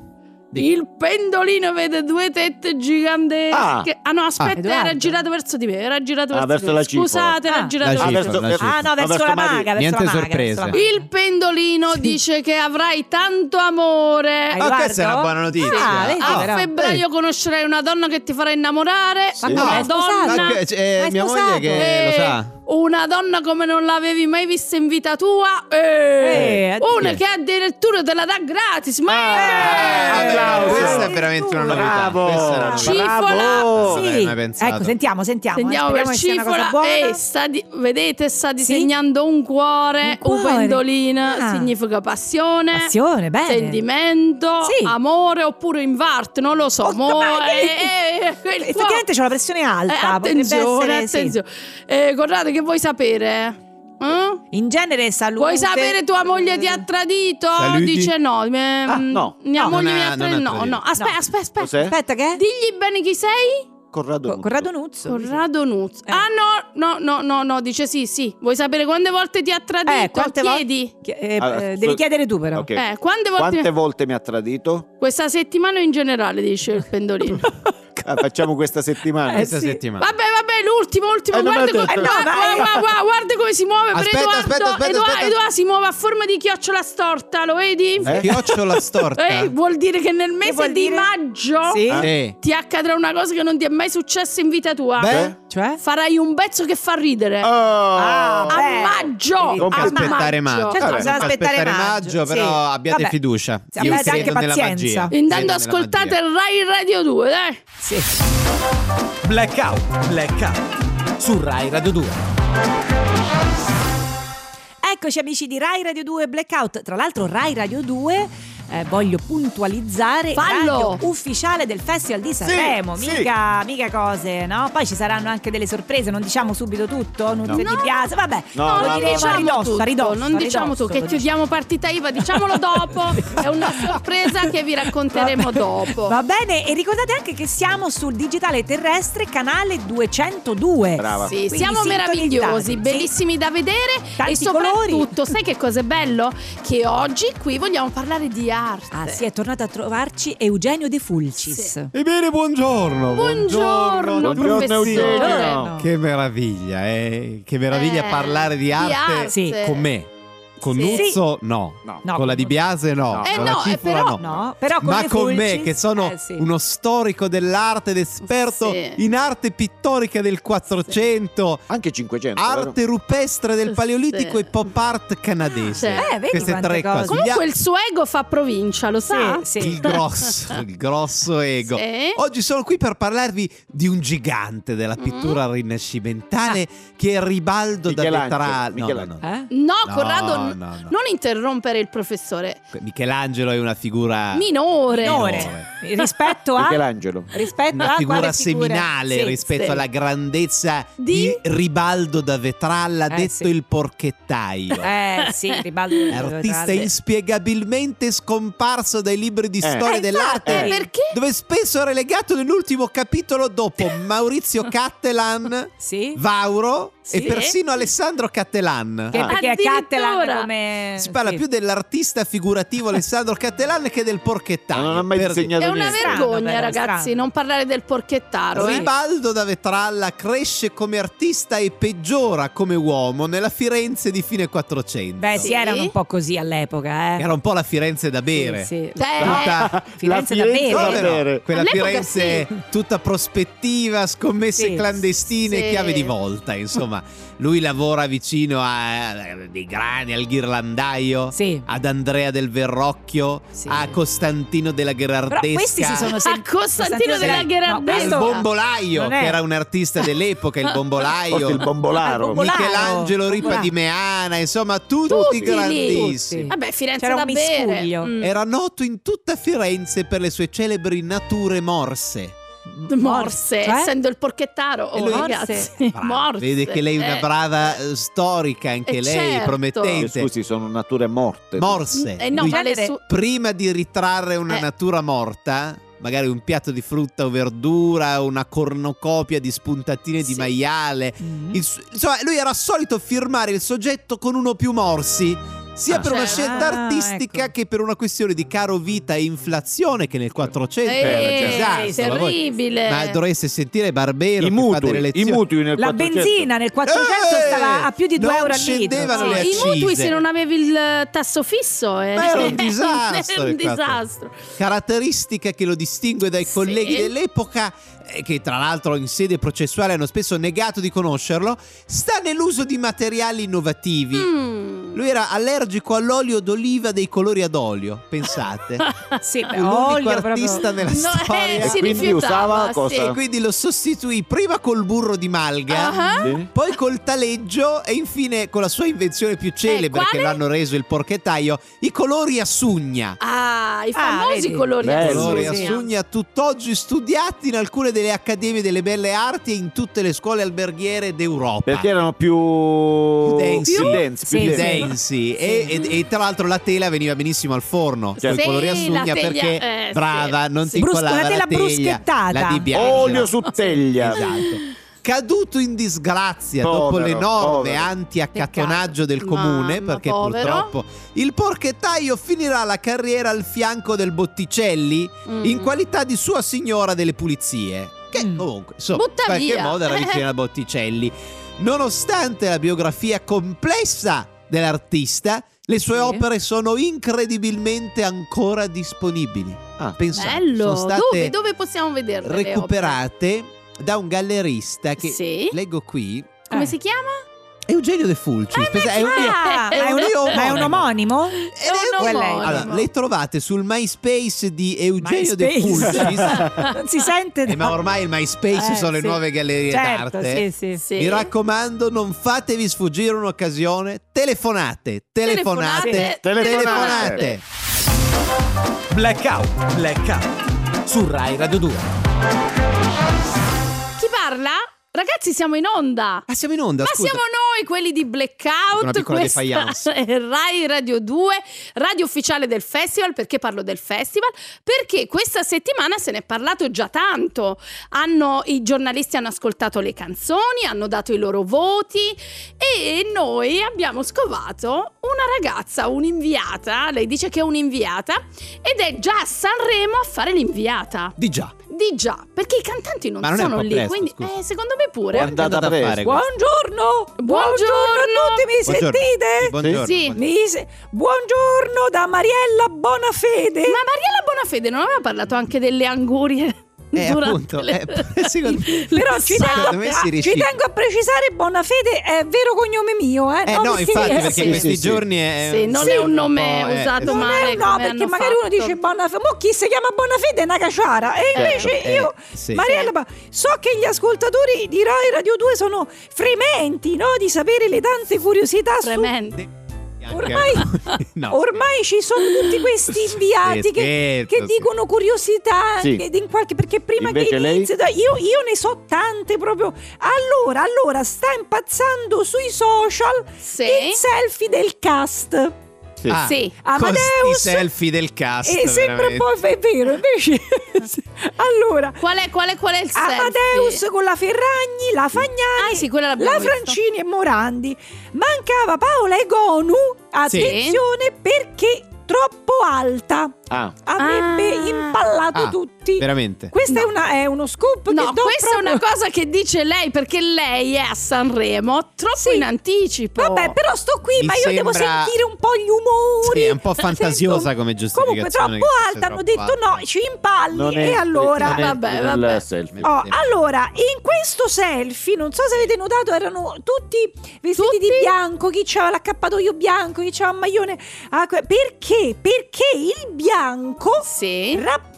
[SPEAKER 6] Dica.
[SPEAKER 5] Il pendolino vede due tette gigantesche. Ah, no, aspetta, era
[SPEAKER 4] Edoardo.
[SPEAKER 5] girato verso di me. Era girato
[SPEAKER 3] Ah,
[SPEAKER 5] verso
[SPEAKER 3] verso
[SPEAKER 5] di
[SPEAKER 3] la
[SPEAKER 5] me.
[SPEAKER 3] cipolla.
[SPEAKER 5] Scusate, era
[SPEAKER 4] Ah.
[SPEAKER 5] girato
[SPEAKER 6] La
[SPEAKER 5] verso
[SPEAKER 3] Ah,
[SPEAKER 5] di me.
[SPEAKER 6] cipolla.
[SPEAKER 3] verso-
[SPEAKER 6] Ah,
[SPEAKER 3] verso-
[SPEAKER 4] Ah, no, verso
[SPEAKER 3] verso
[SPEAKER 4] la
[SPEAKER 3] Maria.
[SPEAKER 4] maga, verso
[SPEAKER 6] Niente
[SPEAKER 4] la maga,
[SPEAKER 6] sorprese.
[SPEAKER 4] verso la maga.
[SPEAKER 5] Il pendolino dice che avrai tanto amore.
[SPEAKER 4] Ah,
[SPEAKER 6] Ah,
[SPEAKER 4] Edoardo?
[SPEAKER 6] questa è una buona notizia.
[SPEAKER 4] Ah, vedi,
[SPEAKER 6] Ah,
[SPEAKER 4] però.
[SPEAKER 5] A febbraio conoscerai una donna che ti farà innamorare.
[SPEAKER 4] Ma
[SPEAKER 6] No,
[SPEAKER 4] come
[SPEAKER 5] Una
[SPEAKER 4] è sposato?
[SPEAKER 5] donna.
[SPEAKER 6] ma che- c'è
[SPEAKER 4] Ma è
[SPEAKER 6] mia
[SPEAKER 4] sposato?
[SPEAKER 6] moglie che
[SPEAKER 5] Eh,
[SPEAKER 6] lo sa.
[SPEAKER 5] Una donna come non l'avevi mai vista in vita tua. Eh,
[SPEAKER 4] Eh, addio.
[SPEAKER 5] una che addirittura te la dà gratis. Ma
[SPEAKER 3] Eh, applauso.
[SPEAKER 6] Ah, Questa è veramente una novità.
[SPEAKER 3] Bravo.
[SPEAKER 6] Questa è una novità.
[SPEAKER 5] Ci-
[SPEAKER 3] Bravo.
[SPEAKER 6] Sì. avrei mai pensato.
[SPEAKER 4] Ecco, sentiamo, sentiamo.
[SPEAKER 5] Sentiamo
[SPEAKER 4] eh,
[SPEAKER 5] per
[SPEAKER 4] speriamo che sia una cosa
[SPEAKER 5] cifola.
[SPEAKER 4] buona.
[SPEAKER 5] Eh, sta di- vedete, sta disegnando un cuore,
[SPEAKER 4] Un
[SPEAKER 5] un,
[SPEAKER 4] cuore.
[SPEAKER 5] pendolino.
[SPEAKER 4] Ah.
[SPEAKER 5] Significa passione,
[SPEAKER 4] Passione, bene.
[SPEAKER 5] sentimento,
[SPEAKER 4] Sì.
[SPEAKER 5] amore oppure infarto, non lo so.
[SPEAKER 4] Oh,
[SPEAKER 5] mo-
[SPEAKER 4] ma che-
[SPEAKER 5] eh, eh, quel
[SPEAKER 4] Effettivamente c'ho la pressione
[SPEAKER 5] cuore. Eh,
[SPEAKER 4] alta. potrebbe
[SPEAKER 5] attenzione,
[SPEAKER 4] essere, sì.
[SPEAKER 5] attenzione. Eh, Corrado, che vuoi sapere? Eh?
[SPEAKER 4] In genere salute. Eh,
[SPEAKER 5] Vuoi sapere tua moglie ti ha tradito?
[SPEAKER 6] Saluti.
[SPEAKER 5] Dice no. eh,
[SPEAKER 3] Ah, no.
[SPEAKER 5] Mia
[SPEAKER 4] No.
[SPEAKER 5] moglie
[SPEAKER 6] Non
[SPEAKER 5] mi
[SPEAKER 6] ha- non ha
[SPEAKER 5] ha tradito. No,
[SPEAKER 6] tradito.
[SPEAKER 5] no. Aspetta,
[SPEAKER 4] No.
[SPEAKER 5] aspetta, aspetta.
[SPEAKER 3] Cos'è?
[SPEAKER 4] Aspetta che?
[SPEAKER 5] Digli bene chi sei?
[SPEAKER 3] Corrado.
[SPEAKER 4] Co-
[SPEAKER 3] Nuzzo.
[SPEAKER 4] Corrado eh. Nuzzo.
[SPEAKER 5] Corrado Nuz. Esatto, Ah no, no, no, no, no, dice sì, sì. Vuoi sapere quante volte ti ha tradito?
[SPEAKER 4] Eh, quante
[SPEAKER 5] Chiedi.
[SPEAKER 4] volte? Chi- eh,
[SPEAKER 3] Allora,
[SPEAKER 4] eh,
[SPEAKER 3] sto-
[SPEAKER 4] devi chiedere tu però.
[SPEAKER 3] Ok.
[SPEAKER 5] Eh, quante volte?
[SPEAKER 3] Quante volte mi ha tradito?
[SPEAKER 5] Questa settimana o in generale, dice il pendolino.
[SPEAKER 3] Ah, Facciamo questa settimana.
[SPEAKER 6] Questa settimana.
[SPEAKER 5] vabbè, vabbè, l'ultimo, l'ultimo.
[SPEAKER 3] Eh, non
[SPEAKER 5] guarda,
[SPEAKER 3] l'ho
[SPEAKER 5] co-
[SPEAKER 3] detto.
[SPEAKER 5] guarda,
[SPEAKER 4] Eh, no,
[SPEAKER 5] guarda,
[SPEAKER 4] dai.
[SPEAKER 5] guarda, guarda, guarda come si muove. per
[SPEAKER 6] Aspetta,
[SPEAKER 5] Edoardo,
[SPEAKER 6] aspetta, aspetta,
[SPEAKER 5] Edoardo-
[SPEAKER 6] aspetta.
[SPEAKER 5] Edoardo si muove a forma di chiocciola storta, lo vedi?
[SPEAKER 3] Eh?
[SPEAKER 6] Chiocciola storta.
[SPEAKER 5] Ehi, Eh? vuol dire che nel mese
[SPEAKER 4] vuol
[SPEAKER 5] di
[SPEAKER 4] dire?
[SPEAKER 5] maggio
[SPEAKER 4] Sì. Cioè?
[SPEAKER 6] Sì.
[SPEAKER 5] ti accadrà una cosa che non ti è mai successa in vita tua.
[SPEAKER 6] Beh,
[SPEAKER 4] Cioè?
[SPEAKER 5] Farai un pezzo che fa ridere.
[SPEAKER 3] Oh.
[SPEAKER 4] Ah,
[SPEAKER 5] a
[SPEAKER 4] beh.
[SPEAKER 5] maggio!
[SPEAKER 4] Non
[SPEAKER 5] a
[SPEAKER 4] puoi
[SPEAKER 6] aspettare maggio.
[SPEAKER 4] Certo,
[SPEAKER 6] Vabbè,
[SPEAKER 4] bisogna
[SPEAKER 6] non
[SPEAKER 4] aspettare maggio,
[SPEAKER 6] maggio, però
[SPEAKER 4] sì.
[SPEAKER 6] abbiate
[SPEAKER 4] Vabbè.
[SPEAKER 6] fiducia.
[SPEAKER 4] Sì,
[SPEAKER 6] Io
[SPEAKER 4] abbiate
[SPEAKER 6] credo
[SPEAKER 4] anche
[SPEAKER 6] nella
[SPEAKER 4] pazienza.
[SPEAKER 6] magia.
[SPEAKER 5] Intanto
[SPEAKER 6] Credo nella
[SPEAKER 5] ascoltate
[SPEAKER 6] magia.
[SPEAKER 5] Rai Radio 2, dai.
[SPEAKER 4] Sì.
[SPEAKER 13] Blackout, blackout su Rai Radio 2.
[SPEAKER 4] Eccoci amici di Rai Radio 2 Blackout. Tra l'altro Rai Radio 2 eh, voglio puntualizzare
[SPEAKER 5] Fallo!
[SPEAKER 4] radio ufficiale del Festival di Sanremo,
[SPEAKER 3] sì.
[SPEAKER 4] mica, mica cose, no? Poi ci saranno anche delle sorprese, non diciamo subito tutto, non di
[SPEAKER 5] No.
[SPEAKER 4] Piazza, vabbè,
[SPEAKER 3] No,
[SPEAKER 5] No,
[SPEAKER 3] no,
[SPEAKER 4] lo
[SPEAKER 5] non
[SPEAKER 3] no,
[SPEAKER 4] diremo a
[SPEAKER 5] diciamo
[SPEAKER 4] ridosso,
[SPEAKER 5] tutto,
[SPEAKER 4] a ridosso,
[SPEAKER 5] non
[SPEAKER 4] a
[SPEAKER 5] diciamo
[SPEAKER 4] ridosso,
[SPEAKER 5] tu che
[SPEAKER 4] lo
[SPEAKER 5] chiudiamo partita IVA,
[SPEAKER 4] <laughs>
[SPEAKER 5] diciamolo dopo. È una sorpresa che vi racconteremo
[SPEAKER 4] Vabbè.
[SPEAKER 5] dopo.
[SPEAKER 4] Va bene, e ricordate anche che siamo sul digitale terrestre canale 202.
[SPEAKER 3] Brava.
[SPEAKER 5] Sì,
[SPEAKER 4] Quindi
[SPEAKER 5] siamo
[SPEAKER 4] sintonizzate.
[SPEAKER 5] meravigliosi,
[SPEAKER 4] Sì.
[SPEAKER 5] bellissimi da vedere
[SPEAKER 4] Tanti
[SPEAKER 5] e soprattutto,
[SPEAKER 4] colori.
[SPEAKER 5] sai che cosa è bello? Che oggi qui vogliamo parlare di dell'arte.
[SPEAKER 4] Ah, sì, è tornato a trovarci Eugenio De Fulcis.
[SPEAKER 5] Sì.
[SPEAKER 6] Ebbene, buongiorno.
[SPEAKER 5] Buongiorno,
[SPEAKER 6] a tutti.
[SPEAKER 5] professore.
[SPEAKER 4] Buongiorno.
[SPEAKER 6] Che meraviglia, eh? Che meraviglia
[SPEAKER 5] Eh,
[SPEAKER 6] parlare di arte,
[SPEAKER 4] Sì.
[SPEAKER 6] con me. Con
[SPEAKER 5] Sì.
[SPEAKER 6] Nuzzo no.
[SPEAKER 13] No.
[SPEAKER 4] No,
[SPEAKER 6] con la Di Biase no.
[SPEAKER 5] Eh
[SPEAKER 6] con la
[SPEAKER 5] no, eh,
[SPEAKER 6] Cifora,
[SPEAKER 5] però-
[SPEAKER 4] No, però con
[SPEAKER 6] Ma
[SPEAKER 4] De
[SPEAKER 6] con me,
[SPEAKER 4] Fulcis-
[SPEAKER 6] che sono
[SPEAKER 4] eh, sì.
[SPEAKER 6] uno storico dell'arte ed esperto
[SPEAKER 5] Sì.
[SPEAKER 6] in arte pittorica del 400,
[SPEAKER 13] Anche 500. vero?
[SPEAKER 6] arte rupestre del Paleolitico
[SPEAKER 5] Sì.
[SPEAKER 6] e pop art canadese.
[SPEAKER 5] Sì.
[SPEAKER 4] Eh, vedi
[SPEAKER 6] Queste
[SPEAKER 4] quante
[SPEAKER 6] tre
[SPEAKER 4] cose.
[SPEAKER 6] cose.
[SPEAKER 5] Comunque il suo ego fa provincia, lo sa?
[SPEAKER 4] Sì, sì.
[SPEAKER 6] il grosso, il grosso ego. Oh.
[SPEAKER 5] Sì.
[SPEAKER 6] Oggi sono qui per parlarvi di un gigante della pittura rinascimentale che è Ribaldo da
[SPEAKER 13] Michelangelo,
[SPEAKER 6] Vetrano. No, no, no.
[SPEAKER 13] Michelangelo.
[SPEAKER 4] Eh?
[SPEAKER 5] No,
[SPEAKER 6] No,
[SPEAKER 5] Corrado,
[SPEAKER 6] no,
[SPEAKER 5] n-
[SPEAKER 6] no.
[SPEAKER 5] non interrompere il professore.
[SPEAKER 6] Michelangelo è una figura
[SPEAKER 5] Minore.
[SPEAKER 4] Minore. rispetto a
[SPEAKER 13] Michelangelo.
[SPEAKER 4] rispetto
[SPEAKER 6] una
[SPEAKER 4] a
[SPEAKER 6] figura
[SPEAKER 4] Eh, quale figura?
[SPEAKER 6] seminale
[SPEAKER 4] Sì,
[SPEAKER 6] rispetto
[SPEAKER 5] sì.
[SPEAKER 6] alla grandezza
[SPEAKER 5] Di?
[SPEAKER 6] di, Ribaldo da Vetralla,
[SPEAKER 4] Eh,
[SPEAKER 6] detto
[SPEAKER 4] sì.
[SPEAKER 6] il porchettaio.
[SPEAKER 4] Eh sì, ribaldo
[SPEAKER 6] Artista inspiegabilmente scomparso dai libri di
[SPEAKER 13] Eh.
[SPEAKER 6] storia
[SPEAKER 5] Eh,
[SPEAKER 6] dell'arte,
[SPEAKER 5] infatti, perché?
[SPEAKER 6] dove spesso era legato nell'ultimo capitolo
[SPEAKER 4] <laughs>
[SPEAKER 6] dopo Maurizio Cattelan,
[SPEAKER 4] Sì.
[SPEAKER 6] Vauro
[SPEAKER 4] Sì.
[SPEAKER 6] e persino Alessandro Cattelan.
[SPEAKER 4] Che
[SPEAKER 13] Ah.
[SPEAKER 4] perché è
[SPEAKER 5] Addirittura.
[SPEAKER 4] Catalan come
[SPEAKER 6] Si parla
[SPEAKER 4] sì.
[SPEAKER 6] più dell'artista figurativo Alessandro Cattelan che del
[SPEAKER 13] Ma
[SPEAKER 6] porchettaio.
[SPEAKER 13] non ha mai
[SPEAKER 6] Per-
[SPEAKER 13] insegnato
[SPEAKER 5] È una
[SPEAKER 13] niente.
[SPEAKER 4] Strano,
[SPEAKER 5] vergogna,
[SPEAKER 4] però,
[SPEAKER 5] ragazzi,
[SPEAKER 4] strano.
[SPEAKER 5] non parlare del porchettaro. eh.
[SPEAKER 6] Ribaldo da Vetralla cresce come artista e peggiora come uomo nella Firenze di fine 400.
[SPEAKER 4] Beh, si
[SPEAKER 5] Sì.
[SPEAKER 4] erano un po' così all'epoca, eh.
[SPEAKER 6] Era un po' la Firenze da bere.
[SPEAKER 4] Sì, Eh, sì.
[SPEAKER 5] Cioè,
[SPEAKER 6] Tutta-
[SPEAKER 4] Firenze da
[SPEAKER 13] Firenze
[SPEAKER 6] No,
[SPEAKER 13] da
[SPEAKER 4] bere.
[SPEAKER 6] però,
[SPEAKER 13] bere.
[SPEAKER 6] quella
[SPEAKER 5] All'epoca
[SPEAKER 6] Firenze tutta prospettiva, scommesse
[SPEAKER 4] Sì,
[SPEAKER 6] clandestine,
[SPEAKER 5] sì.
[SPEAKER 6] chiave di volta, insomma. Lui lavora vicino a, a- dei grani, al ghirlandaio,
[SPEAKER 4] eh. Sì.
[SPEAKER 6] ad Andrea del Verrocchio,
[SPEAKER 4] Sì.
[SPEAKER 6] a Costantino della
[SPEAKER 4] Però
[SPEAKER 6] Gherardesca.
[SPEAKER 4] questi si sono
[SPEAKER 5] A Costantino della
[SPEAKER 4] Gherardesca.
[SPEAKER 5] Gherardesca.
[SPEAKER 6] al
[SPEAKER 4] questo
[SPEAKER 6] bombolaio,
[SPEAKER 4] non è-
[SPEAKER 6] che era un artista dell'epoca,
[SPEAKER 4] <laughs>
[SPEAKER 6] il bombolaio.
[SPEAKER 13] Forse il bombolaro.
[SPEAKER 4] Bombolaro.
[SPEAKER 6] Michelangelo, Ripa
[SPEAKER 4] Bombolaro.
[SPEAKER 6] di Meana, insomma, tutti,
[SPEAKER 5] Tutti lì.
[SPEAKER 6] grandissimi.
[SPEAKER 4] Tutti.
[SPEAKER 5] Vabbè, Firenze
[SPEAKER 4] C'era
[SPEAKER 5] da
[SPEAKER 4] un
[SPEAKER 5] bere.
[SPEAKER 4] miscuglio.
[SPEAKER 5] Mm.
[SPEAKER 6] Era noto in tutta Firenze per le sue celebri nature morse.
[SPEAKER 5] Morse,
[SPEAKER 4] Cioè?
[SPEAKER 5] essendo il porchettaro.
[SPEAKER 6] E
[SPEAKER 5] Oh,
[SPEAKER 6] lui- <laughs>
[SPEAKER 5] ragazzi,
[SPEAKER 6] Brava,
[SPEAKER 5] <laughs> morse.
[SPEAKER 6] Vede che lei è una
[SPEAKER 5] eh.
[SPEAKER 6] brava eh, storica, anche
[SPEAKER 5] Eh,
[SPEAKER 6] lei,
[SPEAKER 5] certo.
[SPEAKER 13] Eh,
[SPEAKER 6] promettente.
[SPEAKER 13] Scusi, sono nature morte.
[SPEAKER 6] Morse.
[SPEAKER 5] Eh, no,
[SPEAKER 6] Lui,
[SPEAKER 5] ma le
[SPEAKER 4] genere-
[SPEAKER 5] su-
[SPEAKER 6] Prima di ritrarre una
[SPEAKER 5] Eh.
[SPEAKER 6] natura morta, magari un piatto di frutta o verdura, una cornucopia di spuntatine di
[SPEAKER 5] Sì.
[SPEAKER 6] maiale.
[SPEAKER 4] Mm.
[SPEAKER 6] Il su- insomma, lui era solito firmare il soggetto con uno o più morsi. Sia
[SPEAKER 13] Ah,
[SPEAKER 6] per una
[SPEAKER 5] certo.
[SPEAKER 6] scelta
[SPEAKER 4] Ah,
[SPEAKER 6] artistica
[SPEAKER 4] ecco.
[SPEAKER 6] che per una questione di caro vita e inflazione che cioè, nel 400 era un
[SPEAKER 5] Eh,
[SPEAKER 6] disastro. Ma voi-
[SPEAKER 5] terribile.
[SPEAKER 6] Ma dovreste sentire Barbero
[SPEAKER 13] I
[SPEAKER 6] che fa delle
[SPEAKER 13] mutui, i
[SPEAKER 6] lezioni.
[SPEAKER 13] mutui nel
[SPEAKER 4] La
[SPEAKER 13] 400.
[SPEAKER 4] benzina nel 400
[SPEAKER 6] Eh,
[SPEAKER 4] stava a più di 2
[SPEAKER 6] non
[SPEAKER 4] euro al
[SPEAKER 6] scendeva
[SPEAKER 4] litro.
[SPEAKER 6] le
[SPEAKER 5] Sì, I
[SPEAKER 6] accise.
[SPEAKER 5] mutui se non avevi il eh, tasso fisso eh.
[SPEAKER 6] Ma era un
[SPEAKER 5] <laughs> Era
[SPEAKER 6] disastro,
[SPEAKER 5] un
[SPEAKER 6] il fatto.
[SPEAKER 5] disastro.
[SPEAKER 6] Caratteristica che lo distingue dai
[SPEAKER 5] Sì.
[SPEAKER 6] colleghi dell'epoca, eh, che tra l'altro in sede processuale hanno spesso negato di conoscerlo, sta nell'uso di materiali innovativi.
[SPEAKER 5] Mm.
[SPEAKER 6] Lui era allergico all'olio d'oliva dei colori ad olio,
[SPEAKER 5] <laughs>
[SPEAKER 6] pensate.
[SPEAKER 4] Sì, beh,
[SPEAKER 6] L'unico
[SPEAKER 4] olio
[SPEAKER 6] artista
[SPEAKER 4] proprio.
[SPEAKER 6] nella
[SPEAKER 5] No, eh,
[SPEAKER 6] storia.
[SPEAKER 13] E
[SPEAKER 5] si
[SPEAKER 13] quindi
[SPEAKER 5] rifiutava,
[SPEAKER 13] usava cosa?
[SPEAKER 5] sì.
[SPEAKER 6] E quindi lo sostituì prima col burro di malga,
[SPEAKER 5] Ah.
[SPEAKER 13] Sì?
[SPEAKER 6] poi col taleggio e infine con la sua invenzione più celebre
[SPEAKER 5] Eh, quale?
[SPEAKER 6] che l'hanno reso il porchettaio, i colori a sugna.
[SPEAKER 5] Ah, i
[SPEAKER 4] Ah,
[SPEAKER 5] famosi
[SPEAKER 4] vedi.
[SPEAKER 5] colori a
[SPEAKER 13] Bello.
[SPEAKER 6] Colori a
[SPEAKER 5] sugna.
[SPEAKER 6] sugna tutt'oggi studiati in alcune delle accademie delle belle arti e in tutte le scuole alberghiere d'Europa.
[SPEAKER 13] Perché erano più...
[SPEAKER 6] Ah. Più densi.
[SPEAKER 13] più densi, più
[SPEAKER 4] Sì,
[SPEAKER 13] densi.
[SPEAKER 6] Densi. E, e- e tra l'altro la tela veniva benissimo al forno con
[SPEAKER 5] Sì,
[SPEAKER 6] i colori a
[SPEAKER 5] la
[SPEAKER 6] sugna
[SPEAKER 5] teglia,
[SPEAKER 6] perché
[SPEAKER 5] eh, sì,
[SPEAKER 6] brava non
[SPEAKER 4] sì.
[SPEAKER 6] ti
[SPEAKER 4] Brusca-
[SPEAKER 6] colava
[SPEAKER 4] una tela
[SPEAKER 6] la teglia
[SPEAKER 4] bruschettata.
[SPEAKER 6] la Di Biagio.
[SPEAKER 13] Olio su teglia.
[SPEAKER 6] Esatto. Caduto in disgrazia dopo
[SPEAKER 13] Povero,
[SPEAKER 6] l'enorme
[SPEAKER 13] povero.
[SPEAKER 6] anti-accattonaggio del
[SPEAKER 5] Peccato.
[SPEAKER 6] comune,
[SPEAKER 5] Mamma,
[SPEAKER 6] perché
[SPEAKER 5] povero.
[SPEAKER 6] purtroppo il porchettaio finirà la carriera al fianco del Botticelli
[SPEAKER 5] Mm.
[SPEAKER 6] in qualità di sua signora delle pulizie. Che
[SPEAKER 4] Mm.
[SPEAKER 6] comunque, insomma,
[SPEAKER 5] Butta
[SPEAKER 6] in qualche
[SPEAKER 5] via.
[SPEAKER 6] modo era vicina
[SPEAKER 5] <laughs>
[SPEAKER 6] a Botticelli. Nonostante la biografia complessa dell'artista, le sue
[SPEAKER 4] Sì.
[SPEAKER 6] opere sono incredibilmente ancora disponibili.
[SPEAKER 13] Ah.
[SPEAKER 6] Pensate,
[SPEAKER 5] Bello.
[SPEAKER 6] sono state
[SPEAKER 5] Dove, dove possiamo vederle? le
[SPEAKER 6] recuperate da un gallerista che Eh.
[SPEAKER 5] Sì.
[SPEAKER 6] leggo qui
[SPEAKER 5] opere? Come
[SPEAKER 4] Eh.
[SPEAKER 5] si chiama?
[SPEAKER 6] Eugenio De
[SPEAKER 5] Eh,
[SPEAKER 6] Fulcis Pensa- è un-
[SPEAKER 4] Ah, ma è un,
[SPEAKER 6] Omonimo.
[SPEAKER 4] ma è un
[SPEAKER 6] Eh,
[SPEAKER 4] omonimo?
[SPEAKER 6] è
[SPEAKER 5] un
[SPEAKER 6] un-
[SPEAKER 5] omonimo.
[SPEAKER 6] Allora, le trovate sul MySpace di Eugenio De
[SPEAKER 4] MySpace.
[SPEAKER 5] <laughs>
[SPEAKER 6] Fulcis
[SPEAKER 4] Non si sente
[SPEAKER 6] Eh, ma ormai il MySpace
[SPEAKER 4] Eh,
[SPEAKER 6] sono le
[SPEAKER 4] sì.
[SPEAKER 6] nuove gallerie
[SPEAKER 4] certo,
[SPEAKER 6] d'arte
[SPEAKER 4] sì, sì.
[SPEAKER 5] Sì.
[SPEAKER 6] Mi raccomando, non fatevi sfuggire un'occasione. Telefonate, telefonate,
[SPEAKER 5] Telefonate,
[SPEAKER 6] telefonate.
[SPEAKER 1] Blackout, blackout su Rai Radio 2.
[SPEAKER 5] Chi parla? Ragazzi, siamo in onda.
[SPEAKER 6] Ah, siamo in onda,
[SPEAKER 5] Ma
[SPEAKER 6] scusa.
[SPEAKER 5] siamo noi quelli di
[SPEAKER 6] Una
[SPEAKER 5] Blackout,
[SPEAKER 6] piccola
[SPEAKER 5] questa
[SPEAKER 6] defiance.
[SPEAKER 5] è <laughs> Rai Radio 2, radio ufficiale del festival, perché parlo del festival? Perché questa settimana se ne è parlato già tanto. Hanno- I giornalisti hanno ascoltato le canzoni, hanno dato i loro voti e noi abbiamo scovato una ragazza, un'inviata, lei dice che è un'inviata ed è già a Sanremo a fare l'inviata.
[SPEAKER 6] Di già.
[SPEAKER 5] Di già, perché i cantanti non,
[SPEAKER 6] Ma non è un
[SPEAKER 5] sono
[SPEAKER 6] po'
[SPEAKER 5] lì,
[SPEAKER 6] presto,
[SPEAKER 5] quindi
[SPEAKER 6] scusa.
[SPEAKER 5] eh, secondo me pure.
[SPEAKER 13] È andata
[SPEAKER 6] andata a
[SPEAKER 13] presa.
[SPEAKER 6] fare questa?
[SPEAKER 4] Buongiorno!
[SPEAKER 5] Buongiorno.
[SPEAKER 4] a tutti, mi
[SPEAKER 6] Buongiorno. Sì,
[SPEAKER 4] sentite?
[SPEAKER 6] Buongiorno.
[SPEAKER 5] Sì.
[SPEAKER 6] buongiorno.
[SPEAKER 4] Mi se- Buongiorno da Mariella Bonafede.
[SPEAKER 5] Ma Mariella Bonafede non aveva parlato anche delle angurie?
[SPEAKER 6] Eh,
[SPEAKER 5] <laughs> durante
[SPEAKER 6] appunto,
[SPEAKER 5] le-
[SPEAKER 4] <laughs>
[SPEAKER 6] eh, secondo-
[SPEAKER 5] <laughs> le-
[SPEAKER 4] Però ci tengo,
[SPEAKER 6] Secondo me
[SPEAKER 4] a,
[SPEAKER 6] si
[SPEAKER 4] ah, ci
[SPEAKER 6] reciproca.
[SPEAKER 4] tengo a precisare Bonafede è vero cognome mio, eh?
[SPEAKER 6] Eh
[SPEAKER 4] non
[SPEAKER 6] no,
[SPEAKER 4] si-
[SPEAKER 6] infatti,
[SPEAKER 4] eh,
[SPEAKER 6] perché
[SPEAKER 5] sì,
[SPEAKER 6] in questi
[SPEAKER 13] sì, sì.
[SPEAKER 6] giorni è...
[SPEAKER 5] Sì, non è un nome
[SPEAKER 6] po', eh,
[SPEAKER 5] usato
[SPEAKER 6] esatto.
[SPEAKER 4] Non
[SPEAKER 5] male
[SPEAKER 4] è un no,
[SPEAKER 5] come
[SPEAKER 4] perché
[SPEAKER 5] hanno
[SPEAKER 4] magari uno
[SPEAKER 5] fatto.
[SPEAKER 4] dice Bonafede, mo chi si chiama Bonafede è una caciara e invece
[SPEAKER 6] eh,
[SPEAKER 4] io,
[SPEAKER 6] sì.
[SPEAKER 4] Mariella, ma so che gli ascoltatori di Rai Radio 2 sono frementi, no? Di sapere le tante curiosità su
[SPEAKER 5] Tremendo.
[SPEAKER 6] Anche-
[SPEAKER 4] Ormai,
[SPEAKER 6] <laughs> No.
[SPEAKER 4] ormai ci sono tutti questi inviati che,
[SPEAKER 6] Scherzo,
[SPEAKER 4] che dicono curiosità
[SPEAKER 13] Sì.
[SPEAKER 4] che in qualche- perché prima
[SPEAKER 13] Invece
[SPEAKER 4] che
[SPEAKER 13] lei?
[SPEAKER 4] inizi dai, io, io ne so tante proprio allora allora sta impazzando sui social
[SPEAKER 5] Sì.
[SPEAKER 4] il selfie del cast
[SPEAKER 13] Sì.
[SPEAKER 6] Ah,
[SPEAKER 5] Sì.
[SPEAKER 6] Con i
[SPEAKER 4] Amadeus
[SPEAKER 6] selfie del cast.
[SPEAKER 4] e sembra Eh, un
[SPEAKER 6] veramente.
[SPEAKER 4] po' è vero <laughs> invece allora
[SPEAKER 5] Qual è, qual è, qual è il selfie?
[SPEAKER 4] Ah, Amadeus con la Ferragni, la Fagnani,
[SPEAKER 5] Ah, sì, quella l'abbiamo
[SPEAKER 4] la
[SPEAKER 5] vista.
[SPEAKER 4] Francini e Morandi. Mancava Paola e Gonu, attenzione perché troppo alta.
[SPEAKER 13] Ah,
[SPEAKER 4] Avrebbe
[SPEAKER 5] Ah.
[SPEAKER 4] impallato
[SPEAKER 6] Ah,
[SPEAKER 4] tutti.
[SPEAKER 6] Veramente.
[SPEAKER 4] Questa è, una- è uno scoop che
[SPEAKER 5] No,
[SPEAKER 4] do
[SPEAKER 5] questa è
[SPEAKER 4] proprio-
[SPEAKER 5] una cosa che dice lei perché lei è a Sanremo troppo
[SPEAKER 4] Sì.
[SPEAKER 5] in anticipo.
[SPEAKER 4] Vabbè, però sto qui,
[SPEAKER 6] Mi
[SPEAKER 4] ma io devo
[SPEAKER 6] sembra-
[SPEAKER 4] sentire un po' gli umori.
[SPEAKER 6] Sì, è un po' fantasiosa
[SPEAKER 4] <laughs> Sento-
[SPEAKER 6] come giustificazione
[SPEAKER 4] Comunque,
[SPEAKER 6] che
[SPEAKER 4] troppo
[SPEAKER 6] fosse
[SPEAKER 4] alta, hanno
[SPEAKER 6] troppo
[SPEAKER 4] detto no,
[SPEAKER 6] alta.
[SPEAKER 4] ci impalli.
[SPEAKER 13] non è
[SPEAKER 4] E allora...
[SPEAKER 13] non è
[SPEAKER 5] Vabbè,
[SPEAKER 13] nel
[SPEAKER 5] vabbè.
[SPEAKER 13] selfie.
[SPEAKER 4] Oh, allora, in questo selfie, non so se avete notato, erano tutti vestiti di
[SPEAKER 5] Tutti?
[SPEAKER 4] bianco, chi c'aveva l'accappatoio bianco, chi c'aveva un maglione. a que- perché? Perché il bianco
[SPEAKER 5] Sì.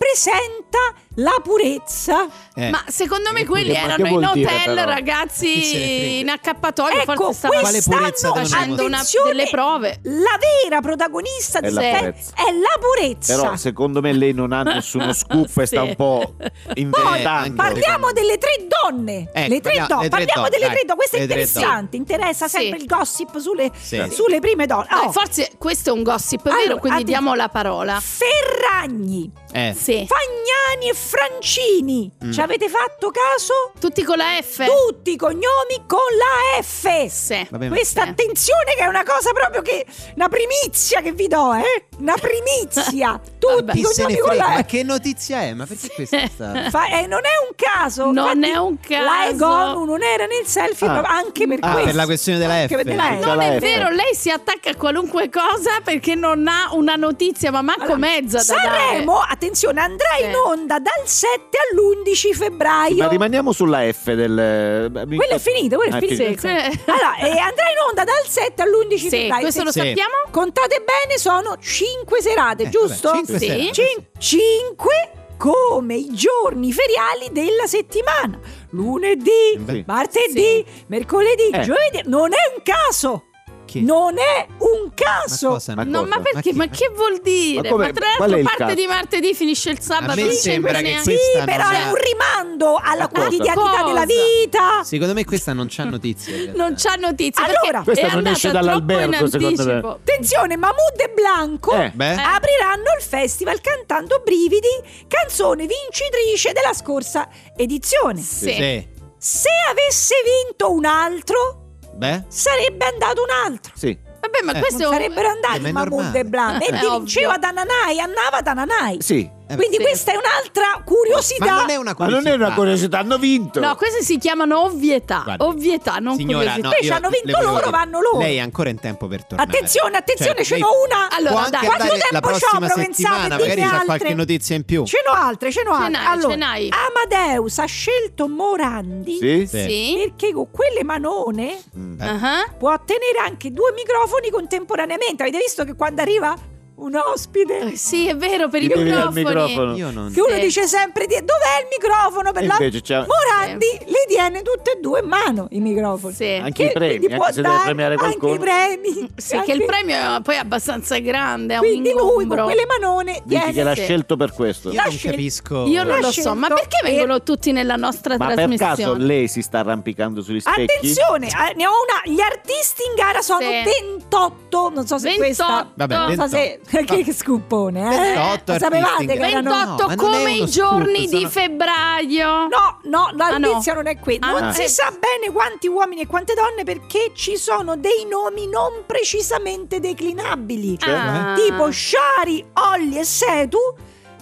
[SPEAKER 4] rappresenta la purezza.
[SPEAKER 6] Eh.
[SPEAKER 5] Ma secondo me
[SPEAKER 6] Che
[SPEAKER 5] quelli
[SPEAKER 13] pure- ma che
[SPEAKER 5] erano in
[SPEAKER 13] vuol dire,
[SPEAKER 5] hotel,
[SPEAKER 13] però?
[SPEAKER 5] ragazzi
[SPEAKER 6] Chi se ne frega?
[SPEAKER 5] in accappatoio,
[SPEAKER 4] ecco,
[SPEAKER 5] forse stavano
[SPEAKER 6] Quale purezza
[SPEAKER 4] quest'anno
[SPEAKER 6] devono
[SPEAKER 5] facendo una-
[SPEAKER 4] attenzione,
[SPEAKER 5] delle prove.
[SPEAKER 4] La vera protagonista
[SPEAKER 13] È
[SPEAKER 4] di
[SPEAKER 13] la
[SPEAKER 4] Ste-
[SPEAKER 13] purezza.
[SPEAKER 4] è la purezza.
[SPEAKER 13] Però secondo me lei non ha nessuno scoop e sta
[SPEAKER 5] Sì.
[SPEAKER 13] un po' inventando.
[SPEAKER 6] Poi,
[SPEAKER 4] Parliamo delle tre donne.
[SPEAKER 6] Ecco,
[SPEAKER 4] le tre
[SPEAKER 6] parliamo-
[SPEAKER 4] donne.
[SPEAKER 6] le tre
[SPEAKER 4] Parliamo
[SPEAKER 6] donne,
[SPEAKER 4] delle
[SPEAKER 6] dai,
[SPEAKER 4] tre donne. Questo è
[SPEAKER 6] le tre
[SPEAKER 4] interessante. Interessa
[SPEAKER 5] Sì.
[SPEAKER 4] sempre il gossip sulle,
[SPEAKER 6] Sì.
[SPEAKER 4] sulle prime donne.
[SPEAKER 5] Ah,
[SPEAKER 4] Oh,
[SPEAKER 5] forse questo è un gossip,
[SPEAKER 4] Allora,
[SPEAKER 5] vero? Quindi
[SPEAKER 4] attenzione.
[SPEAKER 5] diamo la parola.
[SPEAKER 4] Ferragni,
[SPEAKER 6] Eh. Mm.
[SPEAKER 5] Sì.
[SPEAKER 4] Fagnani e Francini. Ci avete fatto caso?
[SPEAKER 5] Tutti con la F?
[SPEAKER 4] Tutti i cognomi con la F.
[SPEAKER 6] Eh,
[SPEAKER 5] Sì.
[SPEAKER 6] Vabbè, ma-
[SPEAKER 4] Questa
[SPEAKER 5] Sì.
[SPEAKER 4] attenzione che è una cosa proprio che una primizia che vi do, eh? Una
[SPEAKER 6] <laughs>
[SPEAKER 4] primizia.
[SPEAKER 5] Vabbè.
[SPEAKER 4] Tutti i
[SPEAKER 6] Chi se ne
[SPEAKER 4] cognomi con
[SPEAKER 6] frega?
[SPEAKER 4] la
[SPEAKER 6] Ma
[SPEAKER 4] F.
[SPEAKER 6] che notizia è? Ma perché questa è stata...
[SPEAKER 4] Fa- eh, non è un caso.
[SPEAKER 5] Non
[SPEAKER 4] Infatti,
[SPEAKER 5] è un
[SPEAKER 4] La
[SPEAKER 5] caso.
[SPEAKER 4] Egonu non era nel selfie ma
[SPEAKER 13] Ah.
[SPEAKER 4] anche per
[SPEAKER 6] Ah,
[SPEAKER 4] questo.
[SPEAKER 6] per la questione della
[SPEAKER 4] Anche
[SPEAKER 6] F.
[SPEAKER 4] per della
[SPEAKER 13] Tutta
[SPEAKER 5] Non
[SPEAKER 13] la
[SPEAKER 5] è
[SPEAKER 13] F.
[SPEAKER 5] vero, lei si attacca a qualunque cosa perché non ha una notizia, ma manco
[SPEAKER 4] Allora,
[SPEAKER 5] mezza da
[SPEAKER 4] Sanremo, attenzione, andrà in
[SPEAKER 5] Sì.
[SPEAKER 4] onda dal 7 all'11 febbraio.
[SPEAKER 13] Ma rimaniamo sulla F
[SPEAKER 3] eh,
[SPEAKER 13] del...
[SPEAKER 4] Quello è finito, quello è
[SPEAKER 13] Ah,
[SPEAKER 4] finito.
[SPEAKER 5] finito. Sì, que-
[SPEAKER 4] Allora, eh, andrà in onda dal 7 all'11
[SPEAKER 5] dare. Sì,
[SPEAKER 4] febbraio.
[SPEAKER 5] questo lo
[SPEAKER 6] Sì.
[SPEAKER 5] sappiamo?
[SPEAKER 4] Contate bene, sono 5 serate,
[SPEAKER 6] Eh,
[SPEAKER 4] giusto?
[SPEAKER 6] vabbè, cinque
[SPEAKER 5] Sì.
[SPEAKER 6] serate.
[SPEAKER 4] Cin- cinque come i giorni feriali della settimana. Lunedì,
[SPEAKER 6] Beh.
[SPEAKER 4] martedì, mercoledì,
[SPEAKER 13] Eh.
[SPEAKER 4] giovedì. Non è un caso.
[SPEAKER 6] Che-
[SPEAKER 4] Non è
[SPEAKER 6] Ma
[SPEAKER 4] un caso.
[SPEAKER 6] cosa?
[SPEAKER 13] Ma
[SPEAKER 5] No,
[SPEAKER 13] cosa?
[SPEAKER 5] ma perché? Ma,
[SPEAKER 6] Ma chi-
[SPEAKER 5] che vuol dire?
[SPEAKER 13] Ma
[SPEAKER 5] Ma,
[SPEAKER 13] come-
[SPEAKER 5] tra
[SPEAKER 13] qual è
[SPEAKER 5] l'altro
[SPEAKER 13] il
[SPEAKER 5] parte
[SPEAKER 13] caso?
[SPEAKER 5] di martedì finisce il sabato.
[SPEAKER 6] A me
[SPEAKER 5] non c'entra
[SPEAKER 6] sembra che
[SPEAKER 5] neanche.
[SPEAKER 4] Sì,
[SPEAKER 6] questa non
[SPEAKER 4] però è
[SPEAKER 6] è-
[SPEAKER 4] un rimando alla
[SPEAKER 13] Ma cosa?
[SPEAKER 4] quotidianità
[SPEAKER 5] Cosa?
[SPEAKER 4] della vita.
[SPEAKER 6] Secondo me questa non c'ha notizie. in realtà.
[SPEAKER 5] Non c'ha notizie.
[SPEAKER 4] Allora-
[SPEAKER 5] perché
[SPEAKER 13] Questa
[SPEAKER 5] è
[SPEAKER 13] non esce
[SPEAKER 5] andata troppo
[SPEAKER 13] dall'albergo,
[SPEAKER 5] in
[SPEAKER 13] secondo me.
[SPEAKER 5] anticipo.
[SPEAKER 4] Attenzione, Mahmood e Blanco
[SPEAKER 13] Eh,
[SPEAKER 6] Beh.
[SPEAKER 4] apriranno il festival cantando Brividi, canzone vincitrice della scorsa edizione.
[SPEAKER 5] Sì.
[SPEAKER 6] Sì.
[SPEAKER 4] Se avesse vinto un altro,
[SPEAKER 6] Beh.
[SPEAKER 4] sarebbe andato un altro.
[SPEAKER 13] Sì.
[SPEAKER 5] Vabbè, ma
[SPEAKER 6] Eh,
[SPEAKER 5] questo è un-
[SPEAKER 4] Sarebbero
[SPEAKER 6] eh, ma
[SPEAKER 4] andati
[SPEAKER 6] è
[SPEAKER 4] Mahmood
[SPEAKER 6] normale.
[SPEAKER 4] e Blanco e
[SPEAKER 5] Eh,
[SPEAKER 4] ti
[SPEAKER 5] ovvio.
[SPEAKER 4] vinceva Dananai, andava Dananai.
[SPEAKER 13] Sì.
[SPEAKER 6] Eh,
[SPEAKER 4] Quindi
[SPEAKER 5] sì.
[SPEAKER 4] questa è un'altra
[SPEAKER 6] Ma
[SPEAKER 4] curiosità.
[SPEAKER 6] non è una
[SPEAKER 13] Ma
[SPEAKER 6] curiosità.
[SPEAKER 13] non è una curiosità, hanno vinto.
[SPEAKER 5] No, queste si chiamano ovvietà.
[SPEAKER 6] Guarda,
[SPEAKER 5] Ah, ovvietà, non
[SPEAKER 6] Signora,
[SPEAKER 5] curiosità.
[SPEAKER 6] no,
[SPEAKER 4] Invece
[SPEAKER 6] io
[SPEAKER 4] hanno
[SPEAKER 6] le
[SPEAKER 4] vinto
[SPEAKER 6] volevo
[SPEAKER 4] loro,
[SPEAKER 6] dire,
[SPEAKER 4] vanno loro.
[SPEAKER 6] Lei è ancora in tempo per tornare.
[SPEAKER 4] Attenzione, attenzione,
[SPEAKER 6] Cioè,
[SPEAKER 4] ce
[SPEAKER 6] lei
[SPEAKER 4] n'ho una.
[SPEAKER 5] Allora,
[SPEAKER 6] può
[SPEAKER 5] dai.
[SPEAKER 6] anche
[SPEAKER 5] Quanto
[SPEAKER 6] andare la
[SPEAKER 4] tempo c'ho
[SPEAKER 6] prossima
[SPEAKER 4] per pensare
[SPEAKER 6] settimana,
[SPEAKER 4] di
[SPEAKER 6] magari c'ha
[SPEAKER 4] altre?
[SPEAKER 6] qualche notizia in più.
[SPEAKER 4] Ce n'ho altre, ce n'ho
[SPEAKER 5] Ce
[SPEAKER 4] altre.
[SPEAKER 5] n'hai,
[SPEAKER 4] allora,
[SPEAKER 5] ce n'hai.
[SPEAKER 4] Amadeus ha scelto Morandi
[SPEAKER 13] Sì?
[SPEAKER 2] eh.
[SPEAKER 6] Sì.
[SPEAKER 5] Sì.
[SPEAKER 4] perché con quelle manone
[SPEAKER 13] Mm.
[SPEAKER 5] Ah.
[SPEAKER 4] può tenere anche due microfoni contemporaneamente. Avete visto che quando arriva un ospite
[SPEAKER 5] Eh, Sì, è vero, per
[SPEAKER 13] Gli
[SPEAKER 5] i
[SPEAKER 13] devi dare il
[SPEAKER 5] microfoni.
[SPEAKER 13] microfono.
[SPEAKER 6] Io non.
[SPEAKER 4] che uno
[SPEAKER 5] Sì.
[SPEAKER 4] dice sempre di- dov'è il microfono per
[SPEAKER 13] E
[SPEAKER 4] la
[SPEAKER 13] invece Cioè, c'è-
[SPEAKER 4] Morandi le tiene tutte e due in mano i microfoni.
[SPEAKER 5] Sì.
[SPEAKER 13] Anche
[SPEAKER 4] Che
[SPEAKER 13] i premi,
[SPEAKER 4] quindi
[SPEAKER 13] anche
[SPEAKER 4] può
[SPEAKER 13] se deve
[SPEAKER 4] dare
[SPEAKER 13] premiare
[SPEAKER 4] Anche
[SPEAKER 13] qualcuno.
[SPEAKER 4] i premi.
[SPEAKER 5] Sì,
[SPEAKER 4] anche-
[SPEAKER 5] che il premio è poi abbastanza grande, è un
[SPEAKER 4] Quindi lui con
[SPEAKER 5] ingombro.
[SPEAKER 4] quelle manone
[SPEAKER 13] Dici che
[SPEAKER 4] tiene
[SPEAKER 13] l'ha
[SPEAKER 5] sì.
[SPEAKER 13] scelto per questo.
[SPEAKER 2] Io non
[SPEAKER 4] Lasci-
[SPEAKER 2] capisco.
[SPEAKER 5] Io non
[SPEAKER 4] l'ha
[SPEAKER 5] lo so, ma
[SPEAKER 4] scelto
[SPEAKER 5] perché
[SPEAKER 4] e-
[SPEAKER 5] vengono tutti nella nostra
[SPEAKER 13] Ma per caso
[SPEAKER 5] trasmissione?
[SPEAKER 13] lei si sta arrampicando sugli specchi?
[SPEAKER 4] Attenzione, eh, ne ho una. Gli artisti in gara sono
[SPEAKER 5] Sì.
[SPEAKER 4] 28. Non so se
[SPEAKER 5] 28.
[SPEAKER 4] questa.
[SPEAKER 2] Vabbè,
[SPEAKER 4] non so se. <laughs> Che, che scuppone, eh?
[SPEAKER 2] 28
[SPEAKER 4] Lo sapevate
[SPEAKER 2] artisti in
[SPEAKER 4] che
[SPEAKER 2] gara.
[SPEAKER 4] erano.
[SPEAKER 5] 28
[SPEAKER 2] No, ma non è
[SPEAKER 5] come
[SPEAKER 2] uno
[SPEAKER 5] i
[SPEAKER 2] scoop,
[SPEAKER 5] giorni di
[SPEAKER 2] sono-
[SPEAKER 5] febbraio.
[SPEAKER 4] No, no, la
[SPEAKER 5] Ah, no.
[SPEAKER 4] notizia non è quella. Non
[SPEAKER 5] Ah.
[SPEAKER 4] si sa bene quanti uomini e quante donne perché ci sono dei nomi non precisamente declinabili.
[SPEAKER 5] Ah.
[SPEAKER 4] eh, Tipo Shari, Olli e Setu,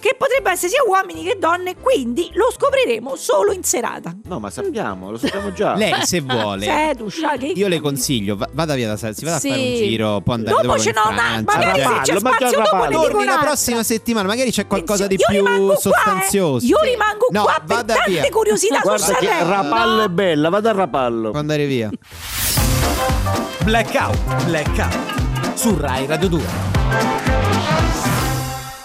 [SPEAKER 4] che potrebbero essere sia uomini che donne, quindi lo scopriremo solo in serata.
[SPEAKER 13] No, ma sappiamo, lo sappiamo già.
[SPEAKER 2] Lei se vuole.
[SPEAKER 4] Setu, Shari.
[SPEAKER 2] Io le consiglio, va- vada via da Sal- si vada
[SPEAKER 5] Sì.
[SPEAKER 2] a fare un giro, può andare
[SPEAKER 4] Dopo ce
[SPEAKER 2] in
[SPEAKER 4] n'ho una,
[SPEAKER 2] Francia,
[SPEAKER 4] magari
[SPEAKER 2] vabbè.
[SPEAKER 4] se c'è
[SPEAKER 13] Ravallo, ma già
[SPEAKER 4] spazio dopo ne
[SPEAKER 13] Ravallo.
[SPEAKER 4] dico
[SPEAKER 2] Torni la
[SPEAKER 4] un'altra.
[SPEAKER 2] prossima settimana, magari c'è qualcosa di
[SPEAKER 4] Io
[SPEAKER 2] più
[SPEAKER 4] rimango qua, eh.
[SPEAKER 2] sostanzioso.
[SPEAKER 4] Io rimango
[SPEAKER 2] No,
[SPEAKER 4] qua per
[SPEAKER 2] vada
[SPEAKER 4] tante
[SPEAKER 2] via.
[SPEAKER 4] curiosità su
[SPEAKER 13] Guarda che
[SPEAKER 4] Sanremo.
[SPEAKER 13] Rapallo è bella, vado a Rapallo.
[SPEAKER 2] Può andare via.
[SPEAKER 1] Blackout, blackout su Rai Radio 2.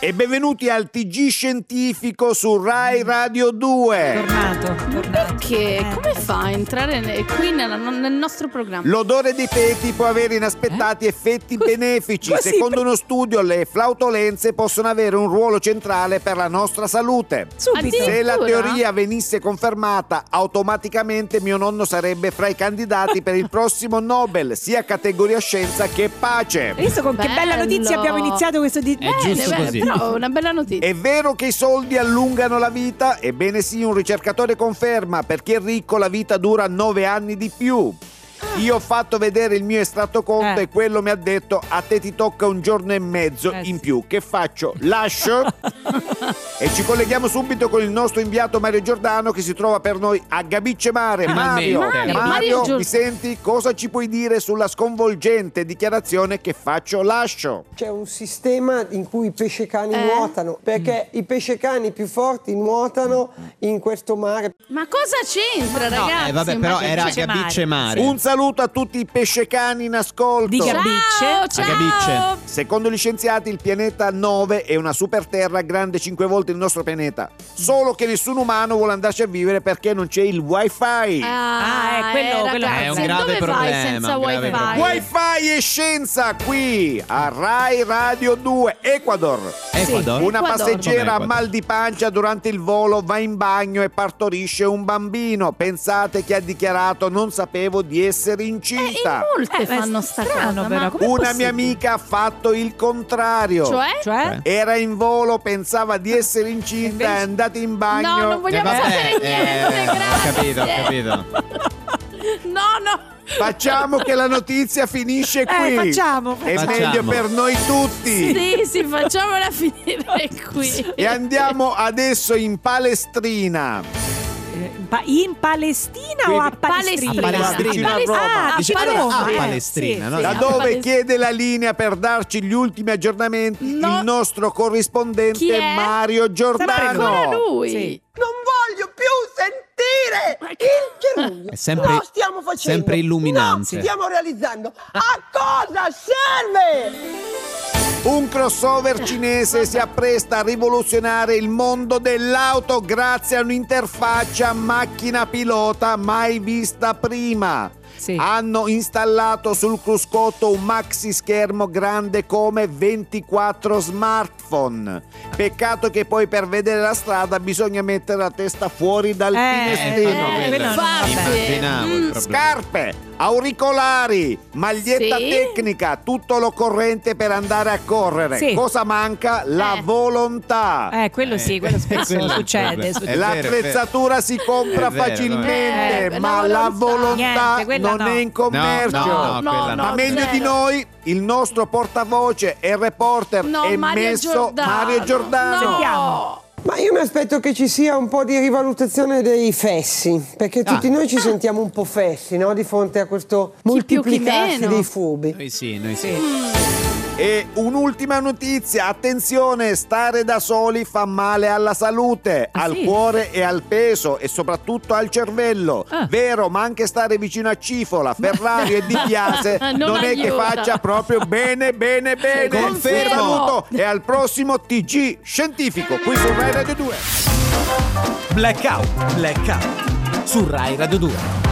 [SPEAKER 3] E benvenuti al TG Scientifico su Rai Radio 2.
[SPEAKER 4] Tornato, tornato.
[SPEAKER 5] Perché?
[SPEAKER 4] Eh.
[SPEAKER 5] Come fa a entrare ne- qui nella- nel nostro programma?
[SPEAKER 3] L'odore dei feti può avere inaspettati effetti benefici.
[SPEAKER 4] Eh? così,
[SPEAKER 3] Secondo
[SPEAKER 4] per-
[SPEAKER 3] uno studio, le flautolenze possono avere un ruolo centrale per la nostra salute.
[SPEAKER 4] Subito.
[SPEAKER 5] Addio.
[SPEAKER 3] Se la
[SPEAKER 5] Addirittura?
[SPEAKER 3] teoria venisse confermata, automaticamente mio nonno sarebbe fra i candidati per il prossimo Nobel, sia categoria scienza che pace.
[SPEAKER 4] Hai visto con che bella
[SPEAKER 5] Bello.
[SPEAKER 4] notizia abbiamo iniziato questo di... Eh,
[SPEAKER 2] È giusto
[SPEAKER 5] bene,
[SPEAKER 2] così.
[SPEAKER 5] Eh, Però è una bella notizia.
[SPEAKER 3] È vero che i soldi allungano la vita? Ebbene sì, un ricercatore conferma, perché è ricco la vita dura 9 anni di più. Io ho fatto vedere il mio estratto conto
[SPEAKER 4] Eh.
[SPEAKER 3] e quello mi ha detto a te ti tocca un giorno e mezzo
[SPEAKER 4] Eh,
[SPEAKER 3] in
[SPEAKER 4] sì.
[SPEAKER 3] più. Che faccio?
[SPEAKER 4] <laughs>
[SPEAKER 3] Lascio? e ci colleghiamo subito con il nostro inviato Mario Giordano che si trova per noi a Gabicce Mare. Mario,
[SPEAKER 5] Mario,
[SPEAKER 3] Mario,
[SPEAKER 5] Mario Giordano.
[SPEAKER 3] mi senti? Cosa ci puoi dire sulla sconvolgente dichiarazione che faccio? Lascio.
[SPEAKER 14] C'è un sistema in cui i pescecani
[SPEAKER 5] Eh?
[SPEAKER 14] nuotano, perché i pescecani più forti nuotano in questo mare.
[SPEAKER 5] Ma cosa c'entra,
[SPEAKER 4] no,
[SPEAKER 5] ragazzi?
[SPEAKER 2] Eh, vabbè,
[SPEAKER 4] ma
[SPEAKER 2] però
[SPEAKER 4] che
[SPEAKER 2] era
[SPEAKER 4] dice Mario?
[SPEAKER 2] Gabicce Mare.
[SPEAKER 3] Un saluto a tutti i pescecani in ascolto.
[SPEAKER 4] Di Gabicce.
[SPEAKER 5] Ciao, Ah, ciao.
[SPEAKER 2] Agabicce.
[SPEAKER 3] Secondo gli scienziati il pianeta 9 è una superterra grande 5 volte il nostro pianeta. Solo che nessun umano vuole andarci a vivere perché non c'è il wifi.
[SPEAKER 5] Ah,
[SPEAKER 4] Ah, eh, quello-
[SPEAKER 5] eh,
[SPEAKER 4] quello-
[SPEAKER 5] ragazzi,
[SPEAKER 2] È un grave
[SPEAKER 5] dove
[SPEAKER 2] problema,
[SPEAKER 5] vai senza
[SPEAKER 2] un grave
[SPEAKER 5] wifi?
[SPEAKER 2] problema.
[SPEAKER 3] Wifi e scienza qui a Rai Radio 2 Ecuador.
[SPEAKER 2] Eh, Ecuador.
[SPEAKER 3] Una
[SPEAKER 5] Ecuador.
[SPEAKER 3] passeggera ha
[SPEAKER 2] Com'è,
[SPEAKER 3] mal di pancia durante il volo va in bagno e partorisce un bambino. Pensate che ha dichiarato non sapevo di essere
[SPEAKER 5] Eh, in
[SPEAKER 3] incinta.
[SPEAKER 5] molte
[SPEAKER 4] Eh, ma è
[SPEAKER 5] fanno sta
[SPEAKER 4] strano,
[SPEAKER 5] cosa,
[SPEAKER 4] però,
[SPEAKER 5] ma-
[SPEAKER 4] come-
[SPEAKER 3] Una
[SPEAKER 4] possibile?
[SPEAKER 3] mia amica ha fatto il contrario.
[SPEAKER 5] Cioè?
[SPEAKER 4] Cioè?
[SPEAKER 3] Era in volo, pensava di essere incinta, è andata in bagno.
[SPEAKER 5] No, non vogliamo
[SPEAKER 2] Eh, vabbè,
[SPEAKER 5] sapere niente,
[SPEAKER 2] eh,
[SPEAKER 5] grazie.
[SPEAKER 2] Ho capito, ho capito.
[SPEAKER 5] No, no.
[SPEAKER 3] Facciamo che la notizia finisce qui.
[SPEAKER 4] Eh, facciamo.
[SPEAKER 3] È
[SPEAKER 2] Facciamo.
[SPEAKER 3] meglio per noi tutti.
[SPEAKER 5] Sì, sì, facciamola finire qui.
[SPEAKER 3] E andiamo adesso in Palestrina.
[SPEAKER 4] Eh, in pa- in Palestina o a Palestrina?
[SPEAKER 5] Palestrina.
[SPEAKER 3] Palestrina.
[SPEAKER 5] Palestrina.
[SPEAKER 4] Ah,
[SPEAKER 5] Ah,
[SPEAKER 4] dice
[SPEAKER 2] Diciamo
[SPEAKER 4] Paloma,
[SPEAKER 2] a
[SPEAKER 4] eh,
[SPEAKER 2] Palestrina,
[SPEAKER 4] sì,
[SPEAKER 2] no?
[SPEAKER 4] sì.
[SPEAKER 3] Da
[SPEAKER 5] Sì,
[SPEAKER 3] dove
[SPEAKER 5] Palestina.
[SPEAKER 3] chiede la linea per darci gli ultimi aggiornamenti
[SPEAKER 5] No.
[SPEAKER 3] il nostro
[SPEAKER 5] Chi
[SPEAKER 3] corrispondente
[SPEAKER 5] è?
[SPEAKER 3] Mario
[SPEAKER 5] Ancora
[SPEAKER 3] Giordano.
[SPEAKER 5] lui.
[SPEAKER 4] Sì.
[SPEAKER 15] Non voglio più sentire il gerundio.
[SPEAKER 2] È sempre-
[SPEAKER 15] no, stiamo facendo.
[SPEAKER 2] sempre illuminante.
[SPEAKER 15] No, stiamo realizzando. A cosa serve?
[SPEAKER 3] Un
[SPEAKER 4] <laughs>
[SPEAKER 3] crossover cinese si appresta a rivoluzionare il mondo dell'auto grazie a un'interfaccia macchina pilota mai vista prima.
[SPEAKER 4] Sì.
[SPEAKER 3] Hanno installato sul cruscotto un maxi schermo grande come 24 smartphone. Peccato che poi per vedere la strada bisogna mettere la testa fuori dal
[SPEAKER 4] Eh,
[SPEAKER 3] finestrino.
[SPEAKER 5] Eh,
[SPEAKER 4] quello no,
[SPEAKER 5] infatti.
[SPEAKER 2] Immaginavo il
[SPEAKER 5] Mm,
[SPEAKER 2] problema.
[SPEAKER 3] Scarpe, auricolari, maglietta
[SPEAKER 5] Sì.
[SPEAKER 3] tecnica, tutto l'occorrente per andare a correre.
[SPEAKER 4] Sì.
[SPEAKER 3] Cosa manca? La
[SPEAKER 5] Eh. Ecco.
[SPEAKER 3] volontà.
[SPEAKER 4] Eh, quello sì, quello spesso
[SPEAKER 2] Quello è il
[SPEAKER 4] succede.
[SPEAKER 2] problema.
[SPEAKER 4] succede.
[SPEAKER 2] È vero, è vero.
[SPEAKER 3] L'attrezzatura si compra
[SPEAKER 2] È vero,
[SPEAKER 3] facilmente,
[SPEAKER 5] eh.
[SPEAKER 3] ma la volontà
[SPEAKER 4] Niente, quella
[SPEAKER 3] non
[SPEAKER 4] no.
[SPEAKER 3] è in commercio.
[SPEAKER 2] No, no,
[SPEAKER 5] No,
[SPEAKER 2] quella
[SPEAKER 5] no,
[SPEAKER 2] no.
[SPEAKER 3] Ma meglio
[SPEAKER 5] zero.
[SPEAKER 3] di noi, il nostro portavoce e reporter
[SPEAKER 5] No,
[SPEAKER 3] è
[SPEAKER 5] Mario
[SPEAKER 3] messo
[SPEAKER 5] Giordano.
[SPEAKER 3] Mario Giordano.
[SPEAKER 5] No.
[SPEAKER 4] Sentiamo.
[SPEAKER 14] Ma io mi aspetto che ci sia un po' di rivalutazione dei fessi, perché tutti
[SPEAKER 2] Ah.
[SPEAKER 14] noi ci sentiamo un po' fessi no? di fronte a questo
[SPEAKER 5] Chi più, chi
[SPEAKER 14] moltiplicarsi
[SPEAKER 5] meno.
[SPEAKER 14] dei furbi.
[SPEAKER 2] Noi sì, noi sì.
[SPEAKER 3] E un'ultima notizia, attenzione, stare da soli fa male alla salute,
[SPEAKER 4] Ah,
[SPEAKER 3] al
[SPEAKER 4] sì?
[SPEAKER 3] cuore e al peso e soprattutto al cervello.
[SPEAKER 4] Ah.
[SPEAKER 3] Vero, ma anche stare vicino a Cifola, Ferrari e Di Piase
[SPEAKER 5] Non
[SPEAKER 3] non, è che
[SPEAKER 5] aiuta.
[SPEAKER 3] faccia proprio bene, bene, bene.
[SPEAKER 5] Confermo.
[SPEAKER 3] Un saluto e al prossimo TG Scientifico, qui su Rai Radio 2.
[SPEAKER 1] Blackout, blackout su Rai Radio 2.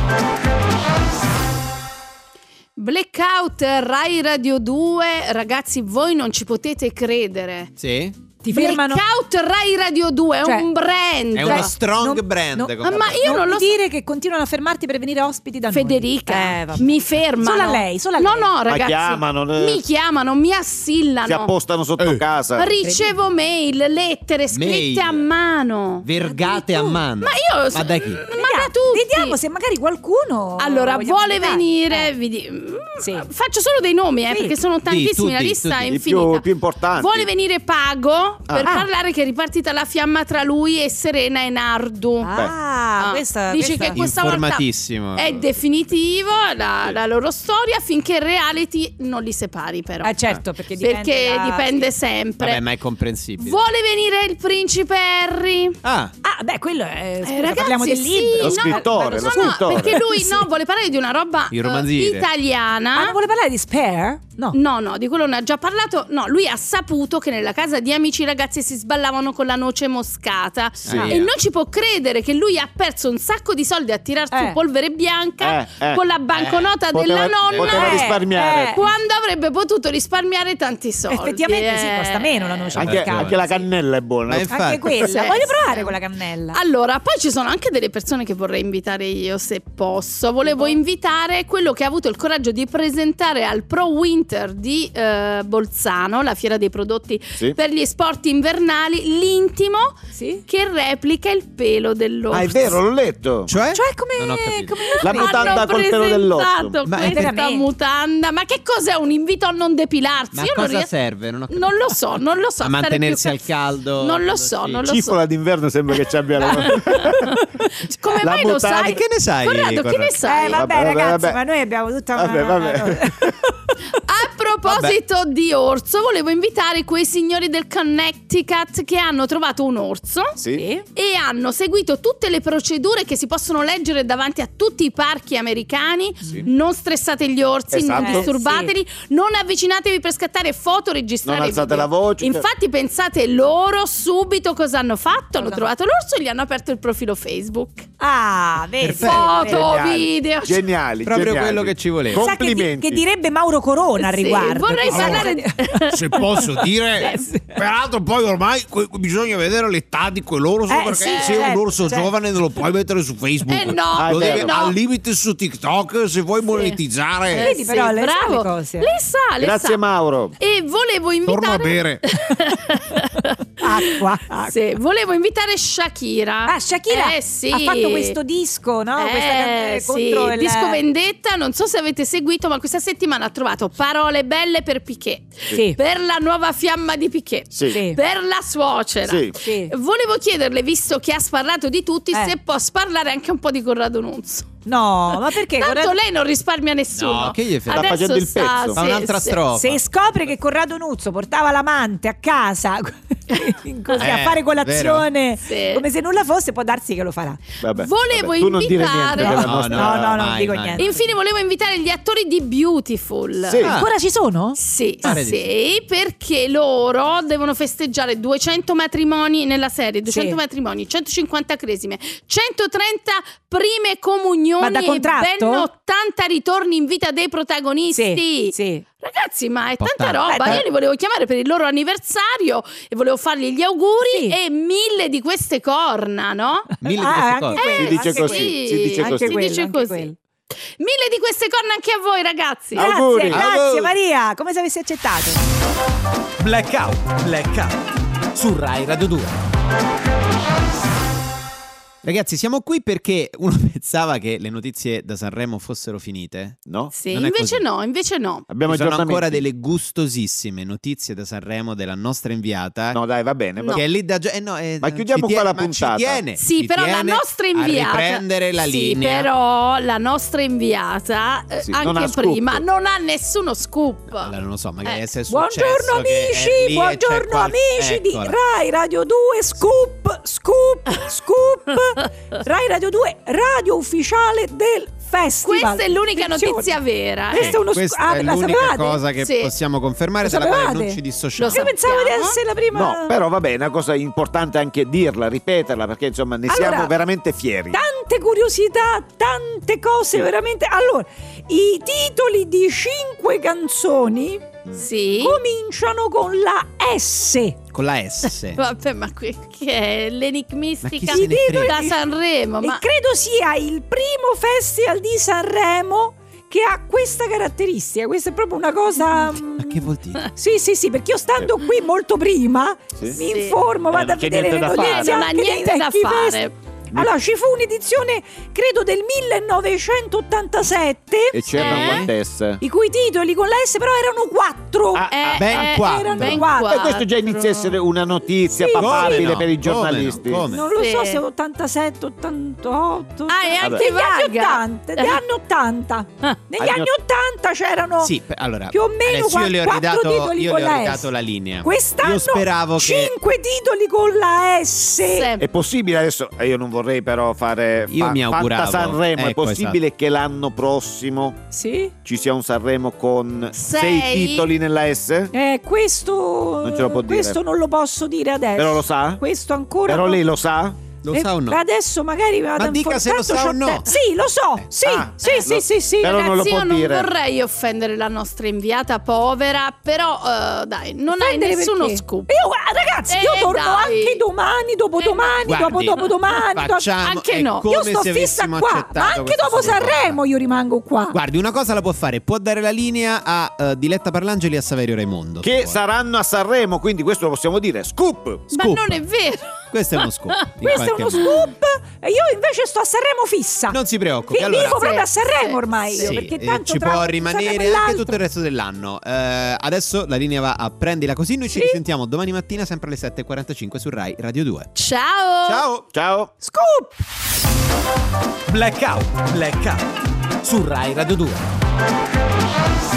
[SPEAKER 5] Blackout Rai Radio 2, ragazzi, voi non ci potete credere.
[SPEAKER 2] Sì?
[SPEAKER 4] Ti fermano.
[SPEAKER 5] Blackout Rai Radio 2 è
[SPEAKER 4] Cioè,
[SPEAKER 5] un brand.
[SPEAKER 2] È uno
[SPEAKER 4] Cioè,
[SPEAKER 2] strong
[SPEAKER 4] non-
[SPEAKER 2] brand.
[SPEAKER 4] no,
[SPEAKER 2] comunque.
[SPEAKER 5] ma Ah, io- non
[SPEAKER 4] non
[SPEAKER 5] lo
[SPEAKER 4] lo
[SPEAKER 5] so.
[SPEAKER 4] dire che continuano a fermarti per venire ospiti da noi.
[SPEAKER 5] Federica,
[SPEAKER 4] Eh, vabbè.
[SPEAKER 5] mi ferma.
[SPEAKER 4] Solo a lei, solo a lei.
[SPEAKER 5] No, no, ragazzi.
[SPEAKER 3] chiamano, eh.
[SPEAKER 5] Mi chiamano, mi assillano.
[SPEAKER 3] Si appostano sotto
[SPEAKER 6] Eh.
[SPEAKER 3] casa.
[SPEAKER 5] Ricevo mail, lettere scritte
[SPEAKER 2] Mail.
[SPEAKER 5] a mano.
[SPEAKER 2] Vergate a mano.
[SPEAKER 5] Ma io mm,
[SPEAKER 2] Ma da chi?
[SPEAKER 5] Ma
[SPEAKER 4] Vediamo-
[SPEAKER 5] da tutti.
[SPEAKER 4] Vediamo se magari qualcuno.
[SPEAKER 5] Allora,
[SPEAKER 4] vogliamo
[SPEAKER 5] vuole
[SPEAKER 4] invitare.
[SPEAKER 5] venire.
[SPEAKER 4] Eh.
[SPEAKER 5] vi di- mm,
[SPEAKER 4] Sì.
[SPEAKER 5] Faccio solo dei nomi, eh,
[SPEAKER 4] Sì.
[SPEAKER 5] perché sono tantissimi.
[SPEAKER 2] tutti,
[SPEAKER 5] la lista è
[SPEAKER 2] tutti.
[SPEAKER 3] I
[SPEAKER 5] infinita.
[SPEAKER 3] più, più importanti.
[SPEAKER 5] Vuole venire Pago per
[SPEAKER 4] Ah.
[SPEAKER 5] parlare che è ripartita la fiamma tra lui e Serena e Nardu.
[SPEAKER 4] Ah,
[SPEAKER 5] Ah.
[SPEAKER 4] questa.
[SPEAKER 5] Dice
[SPEAKER 4] questa-
[SPEAKER 5] che questa volta
[SPEAKER 2] Informatissimo.
[SPEAKER 5] è definitivo la, la loro storia finché il reality non li separi però.
[SPEAKER 4] Ah, certo, perché dipende.
[SPEAKER 5] perché
[SPEAKER 4] da-
[SPEAKER 5] dipende sempre.
[SPEAKER 2] Vabbè, ma è comprensibile.
[SPEAKER 5] Vuole venire il principe Harry?
[SPEAKER 2] Ah,
[SPEAKER 4] Ah, beh, quello è. Scusa,
[SPEAKER 5] Eh, ragazzi,
[SPEAKER 4] parliamo del
[SPEAKER 5] sì,
[SPEAKER 4] libro.
[SPEAKER 3] Lo scrittore,
[SPEAKER 5] no,
[SPEAKER 3] lo
[SPEAKER 5] no, no,
[SPEAKER 3] scrittore. <laughs>
[SPEAKER 5] perché lui no, vuole parlare di una roba
[SPEAKER 2] Il
[SPEAKER 5] eh,
[SPEAKER 2] romanziere.
[SPEAKER 4] Ah,
[SPEAKER 5] italiana.
[SPEAKER 4] non vuole parlare di Spare? No.
[SPEAKER 5] No, no, di quello ne ha già parlato. No, lui ha saputo che nella casa di amici i ragazzi si sballavano con la noce moscata.
[SPEAKER 2] Sì.
[SPEAKER 5] E non ci può credere che lui ha perso un sacco di soldi a tirar su
[SPEAKER 4] Eh.
[SPEAKER 5] polvere bianca
[SPEAKER 3] Eh, eh,
[SPEAKER 5] con la banconota della
[SPEAKER 3] poteva,
[SPEAKER 5] nonna.
[SPEAKER 3] poteva
[SPEAKER 4] Eh,
[SPEAKER 3] risparmiare.
[SPEAKER 4] eh.
[SPEAKER 5] Quando avrebbe potuto risparmiare tanti soldi.
[SPEAKER 4] Effettivamente sì,
[SPEAKER 5] eh.
[SPEAKER 4] costa meno la noce
[SPEAKER 3] Anche,
[SPEAKER 2] Ragione.
[SPEAKER 3] anche la cannella è buona.
[SPEAKER 2] Ma è-
[SPEAKER 4] Anche
[SPEAKER 2] Infatti.
[SPEAKER 4] quella.
[SPEAKER 5] Sì,
[SPEAKER 4] Voglio
[SPEAKER 5] sì.
[SPEAKER 4] provare quella cannella.
[SPEAKER 5] Allora, poi ci sono anche delle persone che vorrei invitare io se posso. Volevo invitare quello che ha avuto il coraggio di presentare al Pro Winter di eh, Bolzano, la fiera dei prodotti
[SPEAKER 3] Sì.
[SPEAKER 5] per gli sport invernali, l'intimo
[SPEAKER 4] Sì?
[SPEAKER 5] che replica il pelo dell'orso.
[SPEAKER 3] Ah,
[SPEAKER 5] <laughs>
[SPEAKER 3] è vero, l'ho letto.
[SPEAKER 2] cioè?
[SPEAKER 4] Cioè, come.
[SPEAKER 2] Non ho capito.
[SPEAKER 4] come-
[SPEAKER 3] La
[SPEAKER 5] Hanno
[SPEAKER 3] mutanda col pelo
[SPEAKER 5] presentato
[SPEAKER 3] dell'orso.
[SPEAKER 2] Ma è
[SPEAKER 5] questa
[SPEAKER 4] veramente?
[SPEAKER 5] mutanda. Ma che cos'è un invito a non depilarsi?
[SPEAKER 2] Ma a
[SPEAKER 5] Io non
[SPEAKER 2] cosa
[SPEAKER 5] ries-
[SPEAKER 2] serve? Non, ho capito.
[SPEAKER 5] Non lo so, non lo so.
[SPEAKER 2] A
[SPEAKER 5] stare
[SPEAKER 2] mantenersi
[SPEAKER 5] più-
[SPEAKER 2] al caldo.
[SPEAKER 5] Non lo so,
[SPEAKER 2] Sì.
[SPEAKER 5] non lo so.
[SPEAKER 3] Cifola d'inverno sembra che ci abbia la...
[SPEAKER 5] <laughs> Come
[SPEAKER 3] La
[SPEAKER 5] mai lo
[SPEAKER 3] mutanda-
[SPEAKER 5] sai?
[SPEAKER 2] E che ne sai,
[SPEAKER 5] Corrado, che
[SPEAKER 2] Corrado?
[SPEAKER 5] ne sai?
[SPEAKER 4] Eh, vabbè,
[SPEAKER 3] Vabbè,
[SPEAKER 4] ragazzi,
[SPEAKER 3] vabbè.
[SPEAKER 4] ma noi abbiamo tutta
[SPEAKER 3] Vabbè,
[SPEAKER 4] una.
[SPEAKER 3] <laughs> vabbè.
[SPEAKER 5] A proposito di orso, volevo invitare quei signori del Connecticut che hanno trovato un orso
[SPEAKER 3] Sì?
[SPEAKER 5] e hanno seguito tutte le procedure che si possono leggere davanti a tutti i parchi americani. Non stressate gli orsi, non
[SPEAKER 3] Esatto.
[SPEAKER 5] disturbateli, non avvicinatevi per scattare foto, registrare
[SPEAKER 3] Non alzate
[SPEAKER 5] video.
[SPEAKER 3] la voce. cioè
[SPEAKER 5] Infatti pensate loro subito cosa hanno fatto, hanno
[SPEAKER 4] Cosa?
[SPEAKER 5] trovato l'orso e gli hanno aperto il profilo Facebook.
[SPEAKER 4] Ah, vedi.
[SPEAKER 5] Foto,
[SPEAKER 3] Geniali,
[SPEAKER 5] video.
[SPEAKER 3] Geniali,
[SPEAKER 2] Proprio
[SPEAKER 3] geniali.
[SPEAKER 2] quello che ci volevo.
[SPEAKER 4] Sa che di-
[SPEAKER 3] Complimenti.
[SPEAKER 4] Che, direbbe Mauro Corona al
[SPEAKER 5] Sì,
[SPEAKER 4] riguardo.
[SPEAKER 5] vorrei
[SPEAKER 4] Allora.
[SPEAKER 5] parlare di-
[SPEAKER 16] <laughs>
[SPEAKER 5] Eh,
[SPEAKER 16] se posso dire
[SPEAKER 4] <laughs> Sì, sì.
[SPEAKER 16] peraltro poi ormai que- bisogna vedere l'età di quell'orso
[SPEAKER 4] Eh,
[SPEAKER 16] perché
[SPEAKER 4] sì,
[SPEAKER 16] se è un
[SPEAKER 4] certo,
[SPEAKER 16] orso
[SPEAKER 4] certo.
[SPEAKER 16] giovane non lo puoi mettere su Facebook
[SPEAKER 5] Eh no,
[SPEAKER 16] lo
[SPEAKER 3] eh
[SPEAKER 16] devi-
[SPEAKER 3] no.
[SPEAKER 16] al limite su TikTok se vuoi monetizzare
[SPEAKER 4] Vedi, però, lei sa le cose.
[SPEAKER 5] Lei sa, Eh, le
[SPEAKER 3] Grazie
[SPEAKER 5] sa.
[SPEAKER 3] Mauro.
[SPEAKER 5] E volevo invitare
[SPEAKER 16] torno a
[SPEAKER 5] <laughs>
[SPEAKER 16] bere
[SPEAKER 4] Acqua, acqua.
[SPEAKER 5] Sì, volevo invitare Shakira.
[SPEAKER 4] Ah, Shakira
[SPEAKER 5] Eh, sì.
[SPEAKER 4] ha fatto questo disco, no?
[SPEAKER 5] Eh,
[SPEAKER 4] Questa can-
[SPEAKER 5] sì,
[SPEAKER 4] contro il-
[SPEAKER 5] disco vendetta, non so se avete seguito, ma questa settimana ha trovato parole belle per Piquet,
[SPEAKER 4] Sì.
[SPEAKER 5] per la nuova fiamma di Piquet,
[SPEAKER 3] Sì.
[SPEAKER 4] Sì.
[SPEAKER 5] per Eh, la suocera.
[SPEAKER 3] Sì.
[SPEAKER 4] Sì.
[SPEAKER 5] Volevo chiederle, visto che ha sparlato di tutti,
[SPEAKER 4] Eh.
[SPEAKER 5] se può sparlare anche un po' di Corrado Nunzio.
[SPEAKER 4] No, ma perché?
[SPEAKER 5] Tanto
[SPEAKER 4] Corrado-
[SPEAKER 5] lei non risparmia nessuno.
[SPEAKER 2] No, che gli frega?
[SPEAKER 3] Sta
[SPEAKER 5] Adesso
[SPEAKER 3] facendo il
[SPEAKER 5] sa-
[SPEAKER 3] pezzo.
[SPEAKER 2] Fa
[SPEAKER 5] sì,
[SPEAKER 2] un'altra
[SPEAKER 5] sì.
[SPEAKER 2] strofa.
[SPEAKER 4] Se scopre che Corrado Nuzzo portava l'amante a casa <laughs> così, a
[SPEAKER 2] Eh,
[SPEAKER 4] fare colazione
[SPEAKER 5] Sì.
[SPEAKER 4] come se nulla fosse, può darsi che lo farà.
[SPEAKER 3] Vabbè,
[SPEAKER 5] Volevo
[SPEAKER 3] vabbè, tu non dire
[SPEAKER 5] invitare-
[SPEAKER 3] niente della
[SPEAKER 2] No,
[SPEAKER 3] nostra-
[SPEAKER 4] no, no, non
[SPEAKER 2] mai,
[SPEAKER 4] dico
[SPEAKER 2] mai.
[SPEAKER 4] niente.
[SPEAKER 5] Infine volevo invitare gli attori di Beautiful.
[SPEAKER 6] Ah.
[SPEAKER 3] Sì.
[SPEAKER 4] Ancora ci sono?
[SPEAKER 5] Sì,
[SPEAKER 2] Pare di
[SPEAKER 5] sì, perché loro devono festeggiare 200 matrimoni nella serie, 200
[SPEAKER 4] Sì.
[SPEAKER 5] matrimoni, 150 cresime, 130 prime comunioni
[SPEAKER 4] Ma da
[SPEAKER 5] e
[SPEAKER 4] contratto?
[SPEAKER 5] ben 80 ritorni in vita dei protagonisti.
[SPEAKER 4] Sì, sì.
[SPEAKER 5] Ragazzi, ma è
[SPEAKER 2] Po'
[SPEAKER 5] tanta
[SPEAKER 2] tanto.
[SPEAKER 5] roba.
[SPEAKER 4] Eh,
[SPEAKER 5] Io li volevo chiamare per il loro anniversario e volevo fargli gli auguri
[SPEAKER 4] Sì.
[SPEAKER 5] e mille di queste corna, no?
[SPEAKER 2] Mille di
[SPEAKER 4] Ah,
[SPEAKER 2] queste
[SPEAKER 4] anche
[SPEAKER 2] cose.
[SPEAKER 4] quello,
[SPEAKER 5] Eh,
[SPEAKER 3] Si dice
[SPEAKER 4] anche
[SPEAKER 3] così,
[SPEAKER 4] quello.
[SPEAKER 5] sì,
[SPEAKER 3] si dice
[SPEAKER 4] anche
[SPEAKER 3] così.
[SPEAKER 5] Si
[SPEAKER 4] quello,
[SPEAKER 5] dice
[SPEAKER 4] anche
[SPEAKER 5] così.
[SPEAKER 4] quello.
[SPEAKER 5] Mille di queste corna anche a voi, ragazzi.
[SPEAKER 4] Grazie,
[SPEAKER 3] Auguri.
[SPEAKER 4] grazie
[SPEAKER 3] Auguri.
[SPEAKER 4] Maria, come se avessi accettato.
[SPEAKER 1] Blackout, blackout su Rai Radio 2.
[SPEAKER 2] Ragazzi, siamo qui perché uno <laughs> pensava che le notizie da Sanremo fossero finite.
[SPEAKER 3] No?
[SPEAKER 5] Sì,
[SPEAKER 2] Non è
[SPEAKER 5] invece
[SPEAKER 2] così.
[SPEAKER 5] no, invece no.
[SPEAKER 3] Abbiamo
[SPEAKER 2] Ci sono
[SPEAKER 3] aggiornamenti?
[SPEAKER 2] ancora delle gustosissime notizie da Sanremo della nostra inviata.
[SPEAKER 3] No, dai, va bene. va
[SPEAKER 2] Che è lì da gio- eh, no, eh,
[SPEAKER 3] Ma
[SPEAKER 2] ci
[SPEAKER 3] chiudiamo qua
[SPEAKER 2] tiene-
[SPEAKER 3] la
[SPEAKER 2] ma ci
[SPEAKER 3] puntata.
[SPEAKER 2] tiene,
[SPEAKER 5] Sì,
[SPEAKER 2] ci
[SPEAKER 5] però la
[SPEAKER 2] tiene
[SPEAKER 5] nostra inviata.
[SPEAKER 2] A riprendere la
[SPEAKER 5] sì,
[SPEAKER 2] linea.
[SPEAKER 5] però la nostra inviata, eh,
[SPEAKER 3] Sì, non
[SPEAKER 5] anche
[SPEAKER 3] ha scoop.
[SPEAKER 5] prima, non ha nessuno scoop.
[SPEAKER 2] Allora, non lo so, magari
[SPEAKER 5] Eh.
[SPEAKER 2] se è successo
[SPEAKER 4] Buongiorno
[SPEAKER 2] che è lì
[SPEAKER 4] amici,
[SPEAKER 2] e
[SPEAKER 4] buongiorno
[SPEAKER 2] c'è qual-
[SPEAKER 4] amici di
[SPEAKER 2] Eccola.
[SPEAKER 4] Rai Radio 2, scoop, scoop, scoop. Rai Radio 2, radio ufficiale del festival.
[SPEAKER 5] Questa è l'unica
[SPEAKER 4] Attenzione.
[SPEAKER 5] notizia vera.
[SPEAKER 6] Eh.
[SPEAKER 4] Questa è uno sc-
[SPEAKER 6] Questa
[SPEAKER 4] ah,
[SPEAKER 6] è
[SPEAKER 4] la
[SPEAKER 6] l'unica
[SPEAKER 4] sapevate?
[SPEAKER 6] cosa che
[SPEAKER 5] Sì.
[SPEAKER 6] possiamo confermare,
[SPEAKER 4] Lo
[SPEAKER 6] dalla quale
[SPEAKER 4] sapevate?
[SPEAKER 6] non ci dissociamo.
[SPEAKER 5] Lo
[SPEAKER 4] Io pensavo di
[SPEAKER 5] sappiamo?
[SPEAKER 4] essere la prima.
[SPEAKER 3] No, però va bene, una cosa importante anche dirla, ripeterla, perché insomma ne
[SPEAKER 4] Allora,
[SPEAKER 3] siamo veramente fieri.
[SPEAKER 4] Tante curiosità, tante cose veramente. Allora, i titoli di cinque canzoni
[SPEAKER 5] Sì.
[SPEAKER 4] cominciano con la S.
[SPEAKER 6] Con la
[SPEAKER 4] <laughs>
[SPEAKER 3] Eh.
[SPEAKER 6] S.
[SPEAKER 5] Vabbè, ma qui che è
[SPEAKER 6] Ma
[SPEAKER 5] l'enigmistica
[SPEAKER 6] chi se ne frega?
[SPEAKER 5] da Sanremo? Ma
[SPEAKER 4] E credo sia il primo festival di Sanremo che ha questa caratteristica. Questa è proprio una cosa. mm,
[SPEAKER 6] Ma che vuol dire?
[SPEAKER 4] Sì, sì, sì, perché io stando qui molto prima
[SPEAKER 3] Sì.
[SPEAKER 4] mi
[SPEAKER 5] Sì.
[SPEAKER 4] informo,
[SPEAKER 3] Eh,
[SPEAKER 4] vado a
[SPEAKER 3] non c'è
[SPEAKER 4] vedere le
[SPEAKER 3] niente da
[SPEAKER 4] notizie.
[SPEAKER 3] fare.
[SPEAKER 5] non ha
[SPEAKER 4] anche dei
[SPEAKER 5] niente da
[SPEAKER 4] vecchi
[SPEAKER 5] fare.
[SPEAKER 4] festi- Allora, ci fu un'edizione, credo, del 1987,
[SPEAKER 3] E c'era
[SPEAKER 5] Eh?
[SPEAKER 3] una S.
[SPEAKER 4] i cui titoli con la S però erano quattro.
[SPEAKER 3] Ah,
[SPEAKER 5] Eh,
[SPEAKER 3] ben
[SPEAKER 5] eh,
[SPEAKER 3] quattro.
[SPEAKER 5] ben
[SPEAKER 4] E
[SPEAKER 3] E questo già inizia a essere una notizia
[SPEAKER 4] Sì,
[SPEAKER 3] papabile
[SPEAKER 4] sì.
[SPEAKER 6] Come no?
[SPEAKER 3] per
[SPEAKER 6] Come
[SPEAKER 3] i
[SPEAKER 6] no?
[SPEAKER 3] giornalisti.
[SPEAKER 6] Come?
[SPEAKER 4] Non lo so
[SPEAKER 5] Sì.
[SPEAKER 4] se 87, 88.
[SPEAKER 5] Ah, è
[SPEAKER 3] Vabbè.
[SPEAKER 5] anche
[SPEAKER 4] Negli anni
[SPEAKER 5] vaga.
[SPEAKER 4] 80, negli anni 80.
[SPEAKER 5] Ah.
[SPEAKER 4] Negli anni
[SPEAKER 3] Anni
[SPEAKER 4] 80 c'erano
[SPEAKER 6] Sì, per- allora,
[SPEAKER 4] più o meno
[SPEAKER 6] adesso Eh, io le ho
[SPEAKER 4] quattro
[SPEAKER 6] ridato,
[SPEAKER 4] titoli
[SPEAKER 6] io
[SPEAKER 4] con
[SPEAKER 6] le ho
[SPEAKER 4] la
[SPEAKER 6] ridato
[SPEAKER 4] S.
[SPEAKER 6] la linea.
[SPEAKER 4] Quest'anno
[SPEAKER 6] Io speravo che
[SPEAKER 4] 5 titoli con la S.
[SPEAKER 5] Sempre.
[SPEAKER 3] È possibile adesso, eh, io non vorrei però fare
[SPEAKER 6] Io mi auguravo.
[SPEAKER 3] fatta Sanremo, è
[SPEAKER 6] Ecco,
[SPEAKER 3] possibile che l'anno prossimo
[SPEAKER 4] Sì.
[SPEAKER 3] ci sia un Sanremo con sei,
[SPEAKER 5] Sei?
[SPEAKER 3] titoli nella S?
[SPEAKER 4] Eh, questo
[SPEAKER 3] Non ce lo può dire.
[SPEAKER 4] questo non lo posso dire adesso.
[SPEAKER 3] Però lo sa?
[SPEAKER 4] Questo ancora
[SPEAKER 3] Però
[SPEAKER 4] non-
[SPEAKER 3] lei lo sa?
[SPEAKER 6] lo
[SPEAKER 4] Eh,
[SPEAKER 6] sa o no?
[SPEAKER 4] Adesso magari vado a
[SPEAKER 6] dica
[SPEAKER 4] infor-
[SPEAKER 6] se lo
[SPEAKER 4] tanto
[SPEAKER 6] sa
[SPEAKER 4] c'ho
[SPEAKER 6] o no.
[SPEAKER 4] te- Sì, lo so. Sì,
[SPEAKER 3] Ah,
[SPEAKER 4] sì,
[SPEAKER 3] eh,
[SPEAKER 4] sì,
[SPEAKER 3] lo-
[SPEAKER 4] sì, sì.
[SPEAKER 3] Però non lo
[SPEAKER 5] Ragazzi,
[SPEAKER 3] può
[SPEAKER 5] io non
[SPEAKER 3] dire.
[SPEAKER 5] vorrei offendere la nostra inviata povera, però eh, dai, non hai
[SPEAKER 4] Prendere
[SPEAKER 5] nessuno
[SPEAKER 4] perché?
[SPEAKER 5] scoop.
[SPEAKER 4] Io, ah, ragazzi, io
[SPEAKER 5] Eh,
[SPEAKER 4] torno
[SPEAKER 5] dai. Eh,
[SPEAKER 4] anche domani, dopodomani,
[SPEAKER 6] Guardi,
[SPEAKER 4] dopo dopodomani. dopo-
[SPEAKER 6] facciamo-
[SPEAKER 5] anche
[SPEAKER 6] è
[SPEAKER 5] no.
[SPEAKER 6] come
[SPEAKER 4] io sto
[SPEAKER 6] se
[SPEAKER 4] fissa
[SPEAKER 6] avessimo
[SPEAKER 4] qua,
[SPEAKER 6] accettato
[SPEAKER 4] ma anche
[SPEAKER 6] questa
[SPEAKER 4] dopo
[SPEAKER 6] proposta.
[SPEAKER 4] Sanremo io rimango qua.
[SPEAKER 6] Guardi, una cosa la può fare, può dare la linea a eh, Diletta Parlangeli e a Saverio Raimondo. se
[SPEAKER 3] Che
[SPEAKER 6] vuole.
[SPEAKER 3] saranno a Sanremo, quindi questo lo possiamo dire. Scoop!
[SPEAKER 5] Ma
[SPEAKER 6] Scoop.
[SPEAKER 5] non è vero.
[SPEAKER 6] Questo è uno scoop. in
[SPEAKER 4] Ah, Questo è
[SPEAKER 6] qualche
[SPEAKER 4] uno
[SPEAKER 6] modo.
[SPEAKER 4] scoop e io invece sto a Sanremo fissa.
[SPEAKER 6] Non si preoccupi.
[SPEAKER 4] Vi-
[SPEAKER 6] allora,
[SPEAKER 4] vivo proprio a
[SPEAKER 5] Sì,
[SPEAKER 4] Sanremo
[SPEAKER 5] sì,
[SPEAKER 4] ormai
[SPEAKER 5] sì.
[SPEAKER 4] io,
[SPEAKER 6] Sì,
[SPEAKER 4] perché
[SPEAKER 6] eh,
[SPEAKER 4] tanto
[SPEAKER 6] ci
[SPEAKER 4] tra
[SPEAKER 6] può
[SPEAKER 4] un
[SPEAKER 6] rimanere
[SPEAKER 4] Sanremo e
[SPEAKER 6] anche
[SPEAKER 4] l'altro-
[SPEAKER 6] tutto il resto dell'anno. Eh, adesso la linea va a prendila così. Noi ci risentiamo domani mattina, sempre alle 7.45 su Rai Radio 2.
[SPEAKER 5] Ciao.
[SPEAKER 6] Ciao!
[SPEAKER 3] Ciao!
[SPEAKER 4] Scoop!
[SPEAKER 17] Blackout, blackout su Rai Radio 2.